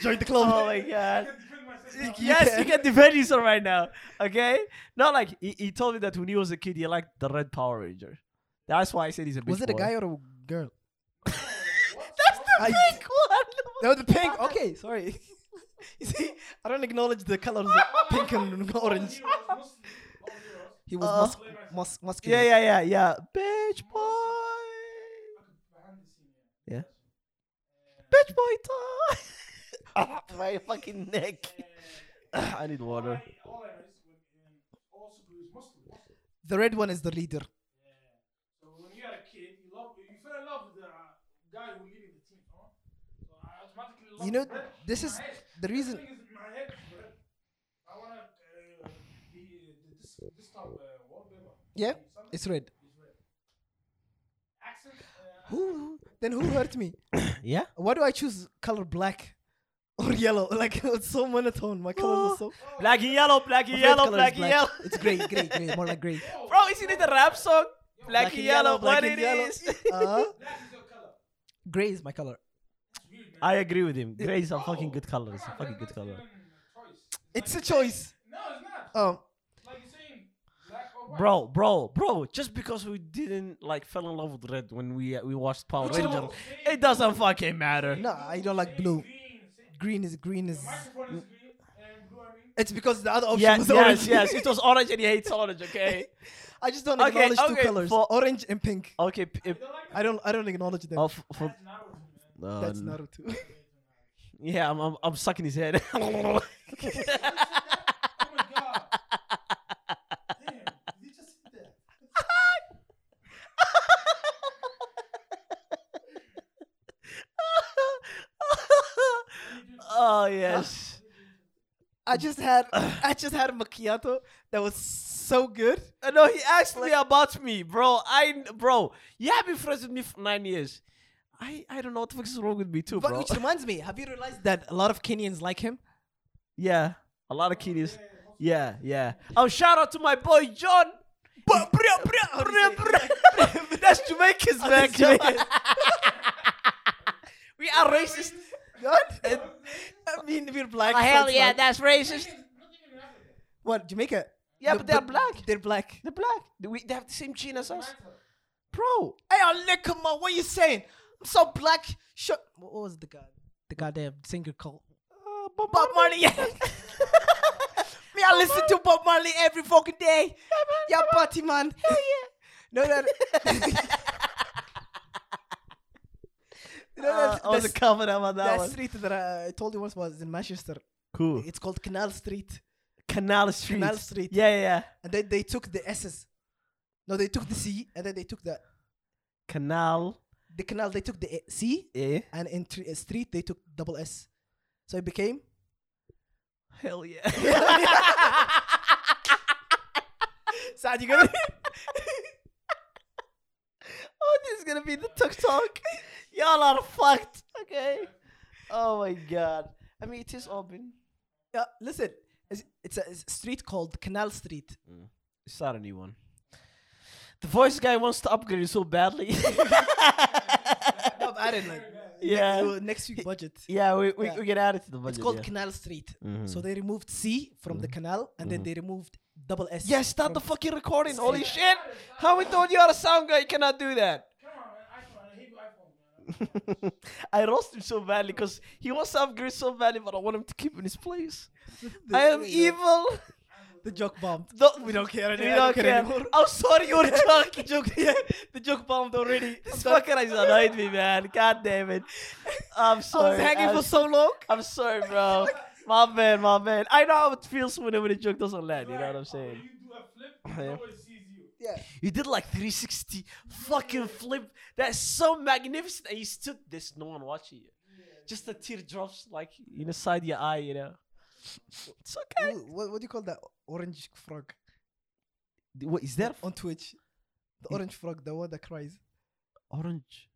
Speaker 1: Join the club.
Speaker 2: oh, my God.
Speaker 3: Defend myself.
Speaker 2: Yes, you can defend yourself right now. Okay? Not like he, he told me that when he was a kid, he liked the red Power Ranger. That's why I said he's a bitch
Speaker 1: Was it a
Speaker 2: boy.
Speaker 1: guy or a girl?
Speaker 2: That's the
Speaker 1: I-
Speaker 2: pink one.
Speaker 1: No, the pink. Okay, sorry. you see, I don't acknowledge the colors of pink and orange.
Speaker 3: All heroes, all heroes.
Speaker 1: He was
Speaker 2: Uh,
Speaker 1: mus- mus- muscular.
Speaker 2: Yeah, yeah, yeah, yeah. Bitch boy.
Speaker 3: Behind the scene,
Speaker 2: Yeah. Bitch boy time. Ah, my fucking neck. Ah, I need water.
Speaker 3: yeah. All heroes, when- when all Subaru is Muslim. Muslim.
Speaker 1: The red one is the leader.
Speaker 3: So
Speaker 1: You know, this is the reason.
Speaker 3: Thing is in my head, bro. I wanna uh, be uh, this this type uh, wallpaper.
Speaker 1: Yeah,
Speaker 3: Something
Speaker 1: it's red.
Speaker 3: is red. Accent. Uh,
Speaker 1: Who then? Who hurt me?
Speaker 2: Yeah.
Speaker 1: Why do I choose color black or yellow? Like it's so monotone. My colors are so.
Speaker 2: Black and yellow, black and
Speaker 1: My favorite
Speaker 2: Oh, yellow,
Speaker 1: color is
Speaker 2: black and yellow.
Speaker 1: It's gray, gray, gray. More like gray.
Speaker 3: oh,
Speaker 2: Bro, isn't it a rap song? Black, and yellow,
Speaker 1: black
Speaker 2: what
Speaker 1: and
Speaker 2: it
Speaker 1: yellow.
Speaker 2: is.
Speaker 1: Uh,
Speaker 3: black is your color.
Speaker 1: gray is my color.
Speaker 2: I agree with him. Gray is a fucking good color. It's a fucking good
Speaker 3: That's
Speaker 2: color.
Speaker 3: even a choice.
Speaker 1: It's a choice.
Speaker 3: No, it's not.
Speaker 1: Um,
Speaker 3: Like you're saying black or white.
Speaker 2: Bro, bro, bro! Just because we didn't like fell in love with red when we uh, we watched Power
Speaker 3: Which
Speaker 2: Rangers,
Speaker 3: one?
Speaker 2: it doesn't fucking matter.
Speaker 1: no, I don't like
Speaker 3: Say
Speaker 1: blue.
Speaker 3: Green. Say
Speaker 1: Green is green is.
Speaker 3: microphone is green and blue. I mean.
Speaker 1: It's because the other option
Speaker 2: Yeah,
Speaker 1: was
Speaker 2: yes,
Speaker 1: orange.
Speaker 2: yes, it was orange, and he hates orange. Okay,
Speaker 1: I just don't
Speaker 2: Okay,
Speaker 1: acknowledge two
Speaker 2: okay,
Speaker 1: colors:
Speaker 2: for-
Speaker 1: orange and pink.
Speaker 2: okay. p- If,
Speaker 3: Don't like that.
Speaker 1: I don't. I don't acknowledge them.
Speaker 2: oh, f- for,
Speaker 3: That's not what you
Speaker 2: uh,
Speaker 3: meant.
Speaker 1: That's Naruto.
Speaker 2: yeah, I'm, I'm I'm sucking his head.
Speaker 3: Oh my god. Damn, you just said that.
Speaker 1: Uh,
Speaker 2: oh yes.
Speaker 1: I just had. I just had a macchiato that was so good.
Speaker 2: Uh, No, he asked me about me, bro. I bro, you have been friends with me for nine years. I I don't know what the fuck is wrong with me too,
Speaker 1: But
Speaker 2: bro.
Speaker 1: which reminds me, have you realized that a lot of Kenyans like him?
Speaker 2: Yeah, a lot of kiddies. Yeah, yeah. Oh, shout out to my boy John. But bro, bro, bro, bro. That's Jamaicans, man.
Speaker 1: Jamaicans.
Speaker 2: we are racist.
Speaker 1: What? I mean, we're black.
Speaker 2: Oh,
Speaker 1: so
Speaker 2: hell
Speaker 1: it's
Speaker 2: yeah,
Speaker 1: like-
Speaker 2: that's racist.
Speaker 1: what Jamaica?
Speaker 2: Yeah,
Speaker 1: The-
Speaker 2: but they're black.
Speaker 1: They're black.
Speaker 2: They're black. They- We, they have the same gene as us,
Speaker 1: Bro, hey, oh, look, come on, what are you saying? I'm so black. Shut. What what was the guy? The goddamn singer called uh, Bob, Marley. Me, I listen to Bob Marley every fucking day. Yeah, party man. Hell yeah. No, that. You know that-
Speaker 2: I was
Speaker 1: that's-
Speaker 2: covered up Uh, on
Speaker 1: that street that I, I told you once was in Manchester.
Speaker 2: Cool.
Speaker 1: It's called Canal Street.
Speaker 2: Canal Street.
Speaker 1: Canal Street.
Speaker 2: Yeah, yeah, yeah.
Speaker 1: And then they took the S's. No, they took the C and then they took the
Speaker 2: Canal. eh?
Speaker 1: the canal. They took the A- C
Speaker 2: Yeah.
Speaker 1: and in tr- uh, street they took double S. So it became
Speaker 2: Hell yeah.
Speaker 1: Sad. You gonna
Speaker 2: Oh, this is gonna be the tuk talk. Y'all are fucked. Okay. Oh my god. I mean, it is open.
Speaker 1: yeah, listen. It's, it's a it's a street called Canal Street.
Speaker 2: It's not a new one. The voice guy wants to upgrade so badly.
Speaker 1: No, but I didn't like.
Speaker 2: Yeah.
Speaker 1: uh, next week budget.
Speaker 2: yeah, we, we,
Speaker 1: Yeah.
Speaker 2: we can add it to the budget.
Speaker 1: It's called
Speaker 2: yeah.
Speaker 1: Canal Street.
Speaker 2: Mhm.
Speaker 1: So they removed C from the canal and then they removed double S.
Speaker 2: yeah, start
Speaker 1: from-
Speaker 2: the fucking recording. Holy shit! How we told you are a sound guy, you cannot do that.
Speaker 3: Come on, man. iPhone. I hate iPhone, man.
Speaker 2: I roast him so badly because he wants to upgrade so badly, but I want him to keep in his place. I am
Speaker 1: Yeah.
Speaker 2: evil.
Speaker 1: The joke bombed.
Speaker 2: we don't care
Speaker 1: anymore.
Speaker 2: We
Speaker 1: I
Speaker 2: don't
Speaker 1: don't
Speaker 2: care.
Speaker 1: care anymore.
Speaker 2: I'm sorry, you're joking. joke, yeah, the joke bombed already. This fucker has annoyed me, man. God damn it.
Speaker 1: I
Speaker 2: I'm
Speaker 1: was
Speaker 2: sorry.
Speaker 1: hanging
Speaker 2: I'm,
Speaker 1: for so long.
Speaker 2: I'm sorry, bro. my man, my man. I know how it feels when, when a joke doesn't land. You know what I'm
Speaker 3: When
Speaker 2: saying?
Speaker 3: you do a flip,
Speaker 2: Yeah.
Speaker 3: nobody sees you.
Speaker 1: Yeah.
Speaker 2: You did like 360 fucking flip. That's so magnificent. And you stood this, no one watching you. Just the tear drops like inside your eye, you know. It's okay.
Speaker 1: Wh- What, what do you call that orange frog
Speaker 2: What is that?
Speaker 1: on Twitch? The orange frog, the one that cries.
Speaker 2: Orange.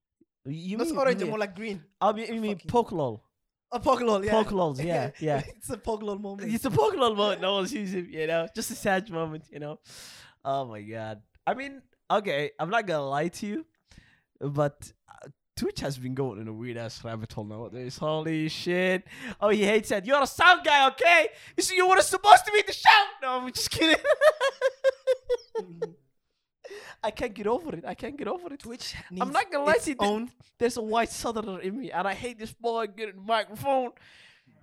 Speaker 2: You
Speaker 1: Not orange, more like green.
Speaker 2: I mean, you mean
Speaker 1: Fucking-
Speaker 2: poke lol.
Speaker 1: A poglol, yeah.
Speaker 2: Poke lols, yeah, yeah.
Speaker 1: it's a poglol moment.
Speaker 2: It's a poke lol moment. No one's using, you know, just a sad moment, you know. Oh my god. I mean, okay, I'm not gonna lie to you, but uh, Twitch has been going in a weird ass rabbit hole nowadays. Holy shit. Oh, he hates that. You're a sound guy, okay? You see, you were supposed to be the shout. No, I'm just kidding. I can't get over it. I can't get over it.
Speaker 1: Twitch.
Speaker 2: I'm
Speaker 1: needs
Speaker 2: not gonna lie
Speaker 1: its
Speaker 2: to you. th-
Speaker 1: Own.
Speaker 2: There's a white southerner in me, and I hate this boy getting the microphone.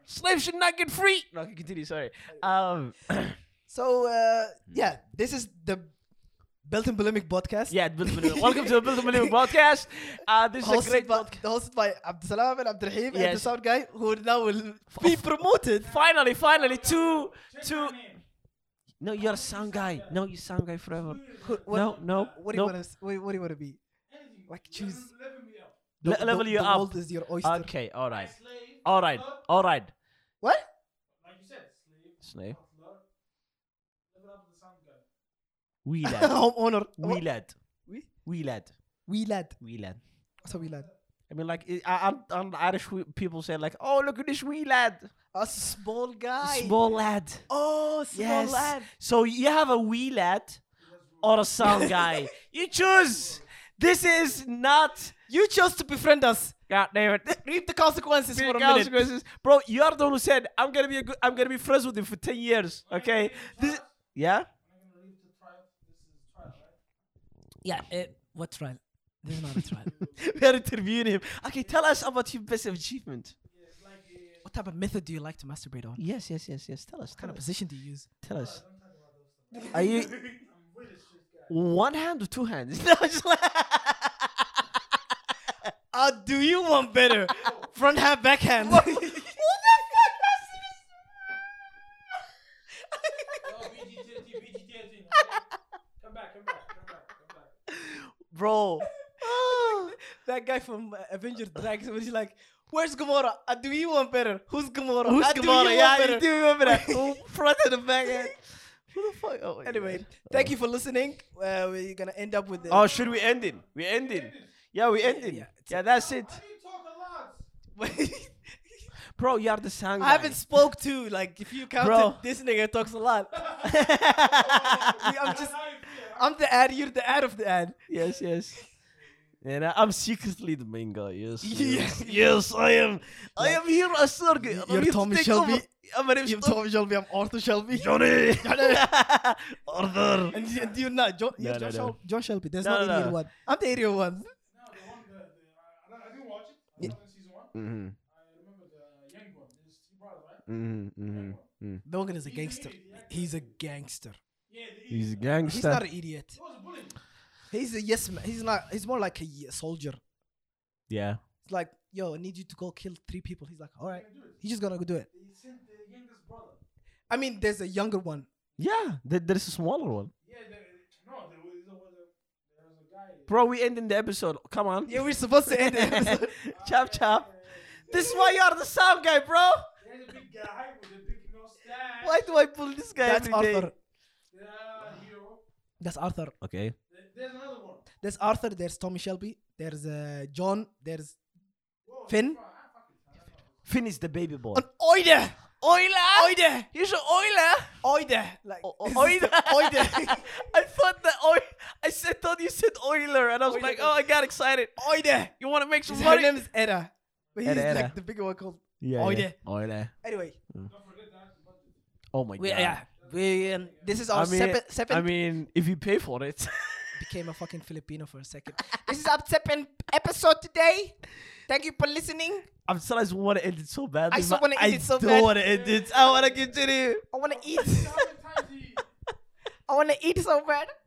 Speaker 2: Slaves should not get free. No, I can continue. Sorry. Um,
Speaker 1: So uh, yeah, this is the Belt and Bulimic podcast.
Speaker 2: yeah, Build the Millennium. welcome to the Build the Millennium podcast. Uh, this is a
Speaker 1: Hosted
Speaker 2: great
Speaker 1: by,
Speaker 2: podcast.
Speaker 1: hosted by Abdusalam and Abdurrahim and the
Speaker 2: Yes.
Speaker 1: sound guy who now will be promoted.
Speaker 2: Finally, finally, two,
Speaker 3: Check
Speaker 2: two.
Speaker 3: my name.
Speaker 2: No, you're a sound guy. No, you sound guy forever.
Speaker 1: Who- what,
Speaker 2: No, no,
Speaker 1: What do you
Speaker 2: no.
Speaker 1: want to? What, what do you want to be?
Speaker 3: Anything.
Speaker 1: Like choose.
Speaker 3: Level me up.
Speaker 1: The-
Speaker 2: Le- level
Speaker 1: the,
Speaker 2: you
Speaker 1: the
Speaker 2: up.
Speaker 1: world is your oyster.
Speaker 2: Okay, all right.
Speaker 3: Slave.
Speaker 2: All right. All right.
Speaker 1: What?
Speaker 3: Like you said, slave,
Speaker 2: Slave.
Speaker 3: butler, level up to the sound guy.
Speaker 2: Wheelad.
Speaker 1: Homeowner. What?
Speaker 2: Wheelad.
Speaker 1: We-
Speaker 2: Wheelad.
Speaker 1: We lad.
Speaker 2: Wheelad.
Speaker 1: What's a we lad?
Speaker 2: I mean, like, I- I- I'm, I'm Irish we- people say, like, oh, look at this wee lad.
Speaker 1: A small guy.
Speaker 2: Small lad.
Speaker 1: Oh, small
Speaker 2: Yes.
Speaker 1: lad.
Speaker 2: So you have a wee lad or a sound guy. you choose. This is not.
Speaker 1: You chose to befriend us.
Speaker 2: God damn it.
Speaker 1: Reap the consequences for a minute.
Speaker 2: Consequences. Bro, you are the one who said I'm gonna be a good, I'm gonna be friends with him for ten years. Okay. This, yeah.
Speaker 1: Yeah. Uh, what trial? This is not a trial.
Speaker 2: we are interviewing him. Okay, tell us about your best achievement.
Speaker 1: what type of method do you like to masturbate on? What
Speaker 2: Yes, yes, yes, yes. Tell us. Tell
Speaker 1: kind of
Speaker 2: us.
Speaker 1: position do you use?
Speaker 2: Tell us. Are you one hand or two hands? No, it's like-
Speaker 1: Uh, do you want better? Front hand, backhand.
Speaker 3: Oh, Come back, come back, come back, come back.
Speaker 2: bro.
Speaker 1: that guy from uh, Avenger Drax was like, "Where's Gamora? Uh, do you want better? Who's Gamora?
Speaker 2: Who's
Speaker 1: Uh, do you
Speaker 2: Gamora?
Speaker 1: want
Speaker 2: Yeah, you
Speaker 1: better?"
Speaker 2: do remember that. Oh, Front and the back end. Who the fuck? Oh, my
Speaker 1: Anyway,
Speaker 2: God.
Speaker 1: thank you for listening. Uh, we're gonna end up with the
Speaker 2: Oh, should we end it? We end it. Yeah, we end it. Yeah,
Speaker 1: yeah, it's-
Speaker 2: that's it.
Speaker 3: Why do you talk a lot?
Speaker 2: Bro, you are the sound guy.
Speaker 1: I haven't spoke to like if you counted
Speaker 2: Bro.
Speaker 1: this nigga talks a lot. I'm just
Speaker 3: How you feel?
Speaker 1: I'm the ad. You're the ad of the ad.
Speaker 2: yes, yes. And I, I'm secretly the main guy. Yes, yes,
Speaker 1: Yes.
Speaker 2: yes, I am. I am here as surrogate. I'm
Speaker 1: You're
Speaker 2: here to
Speaker 1: Tommy
Speaker 2: take
Speaker 1: Shelby.
Speaker 2: over. Yeah, my name's Tom-
Speaker 1: Shelby. I'm Arthur Shelby.
Speaker 2: Johnny. Arthur.
Speaker 1: And you- and you're not John. You're
Speaker 2: No,
Speaker 1: John,
Speaker 2: no, no.
Speaker 1: Shel- John Shelby. There's
Speaker 2: No,
Speaker 1: no,
Speaker 2: no,
Speaker 1: idiot
Speaker 2: no.
Speaker 1: one. I'm the idiot one.
Speaker 3: No, the one that the, I, I didn't watch it. I saw it in season one.
Speaker 2: Mm-hmm.
Speaker 3: I remember the young one. There's two brothers, right?
Speaker 2: Mm-hmm. Mm-hmm.
Speaker 1: Logan is a gangster. He's a gangster.
Speaker 3: Yeah, the,
Speaker 2: He's a
Speaker 1: He's
Speaker 2: gangster.
Speaker 1: not an idiot.
Speaker 3: he was a bully.
Speaker 1: He's a yes man. He's not. He's more like a y- soldier.
Speaker 2: Yeah.
Speaker 1: It's like, yo, I need you to go kill three people. He's like, all right.
Speaker 3: He didn't do it.
Speaker 1: He's just gonna go do it.
Speaker 3: He sent the youngest brother.
Speaker 1: I mean, there's a younger one.
Speaker 2: Yeah. There, there's a smaller one.
Speaker 3: Yeah, the, no, there was, there was a, there was a guy.
Speaker 2: Bro, we ending the episode. Come on.
Speaker 1: Yeah, we're supposed to end the episode.
Speaker 2: chop chop. This is why you are the sound guy, bro.
Speaker 3: There's a big guy with a big mustache.
Speaker 2: Why do I pull this guy
Speaker 1: That's
Speaker 2: every day?
Speaker 1: Arthur.
Speaker 3: The hero.
Speaker 1: That's Arthur.
Speaker 2: Okay.
Speaker 3: There- There's another one.
Speaker 1: There's Arthur. There's Tommy Shelby. There's uh, John. There's Finn.
Speaker 2: Finish the baby boy.
Speaker 1: An oide. Oila. Oide. He's an oila. Oide. Like
Speaker 2: O-
Speaker 1: this is
Speaker 2: oida.
Speaker 1: the Oide.
Speaker 2: I thought that oil. I said, thought you said oiler, and I was
Speaker 1: Oiler.
Speaker 2: like, oh, I got excited.
Speaker 1: Oide.
Speaker 2: You want to make some
Speaker 1: His her
Speaker 2: money?
Speaker 1: name is Era. But he's
Speaker 2: Eda, Eda.
Speaker 1: like the bigger one called. Oide.
Speaker 2: Oiler.
Speaker 1: Anyway,
Speaker 2: Oh my
Speaker 1: we,
Speaker 2: god.
Speaker 1: yeah, we, um, this is our
Speaker 2: I mean,
Speaker 1: sepe- seventh
Speaker 2: I mean, if you pay for it.
Speaker 1: became a fucking Filipino for a second. this is our second episode today. Thank you for listening.
Speaker 2: I'm sorry, I just want to end it so badly.
Speaker 1: I so
Speaker 2: but
Speaker 1: wanna end it so
Speaker 2: I don't
Speaker 1: bad.
Speaker 2: want to end it. I want to continue.
Speaker 1: I want to eat. I want to eat so bad.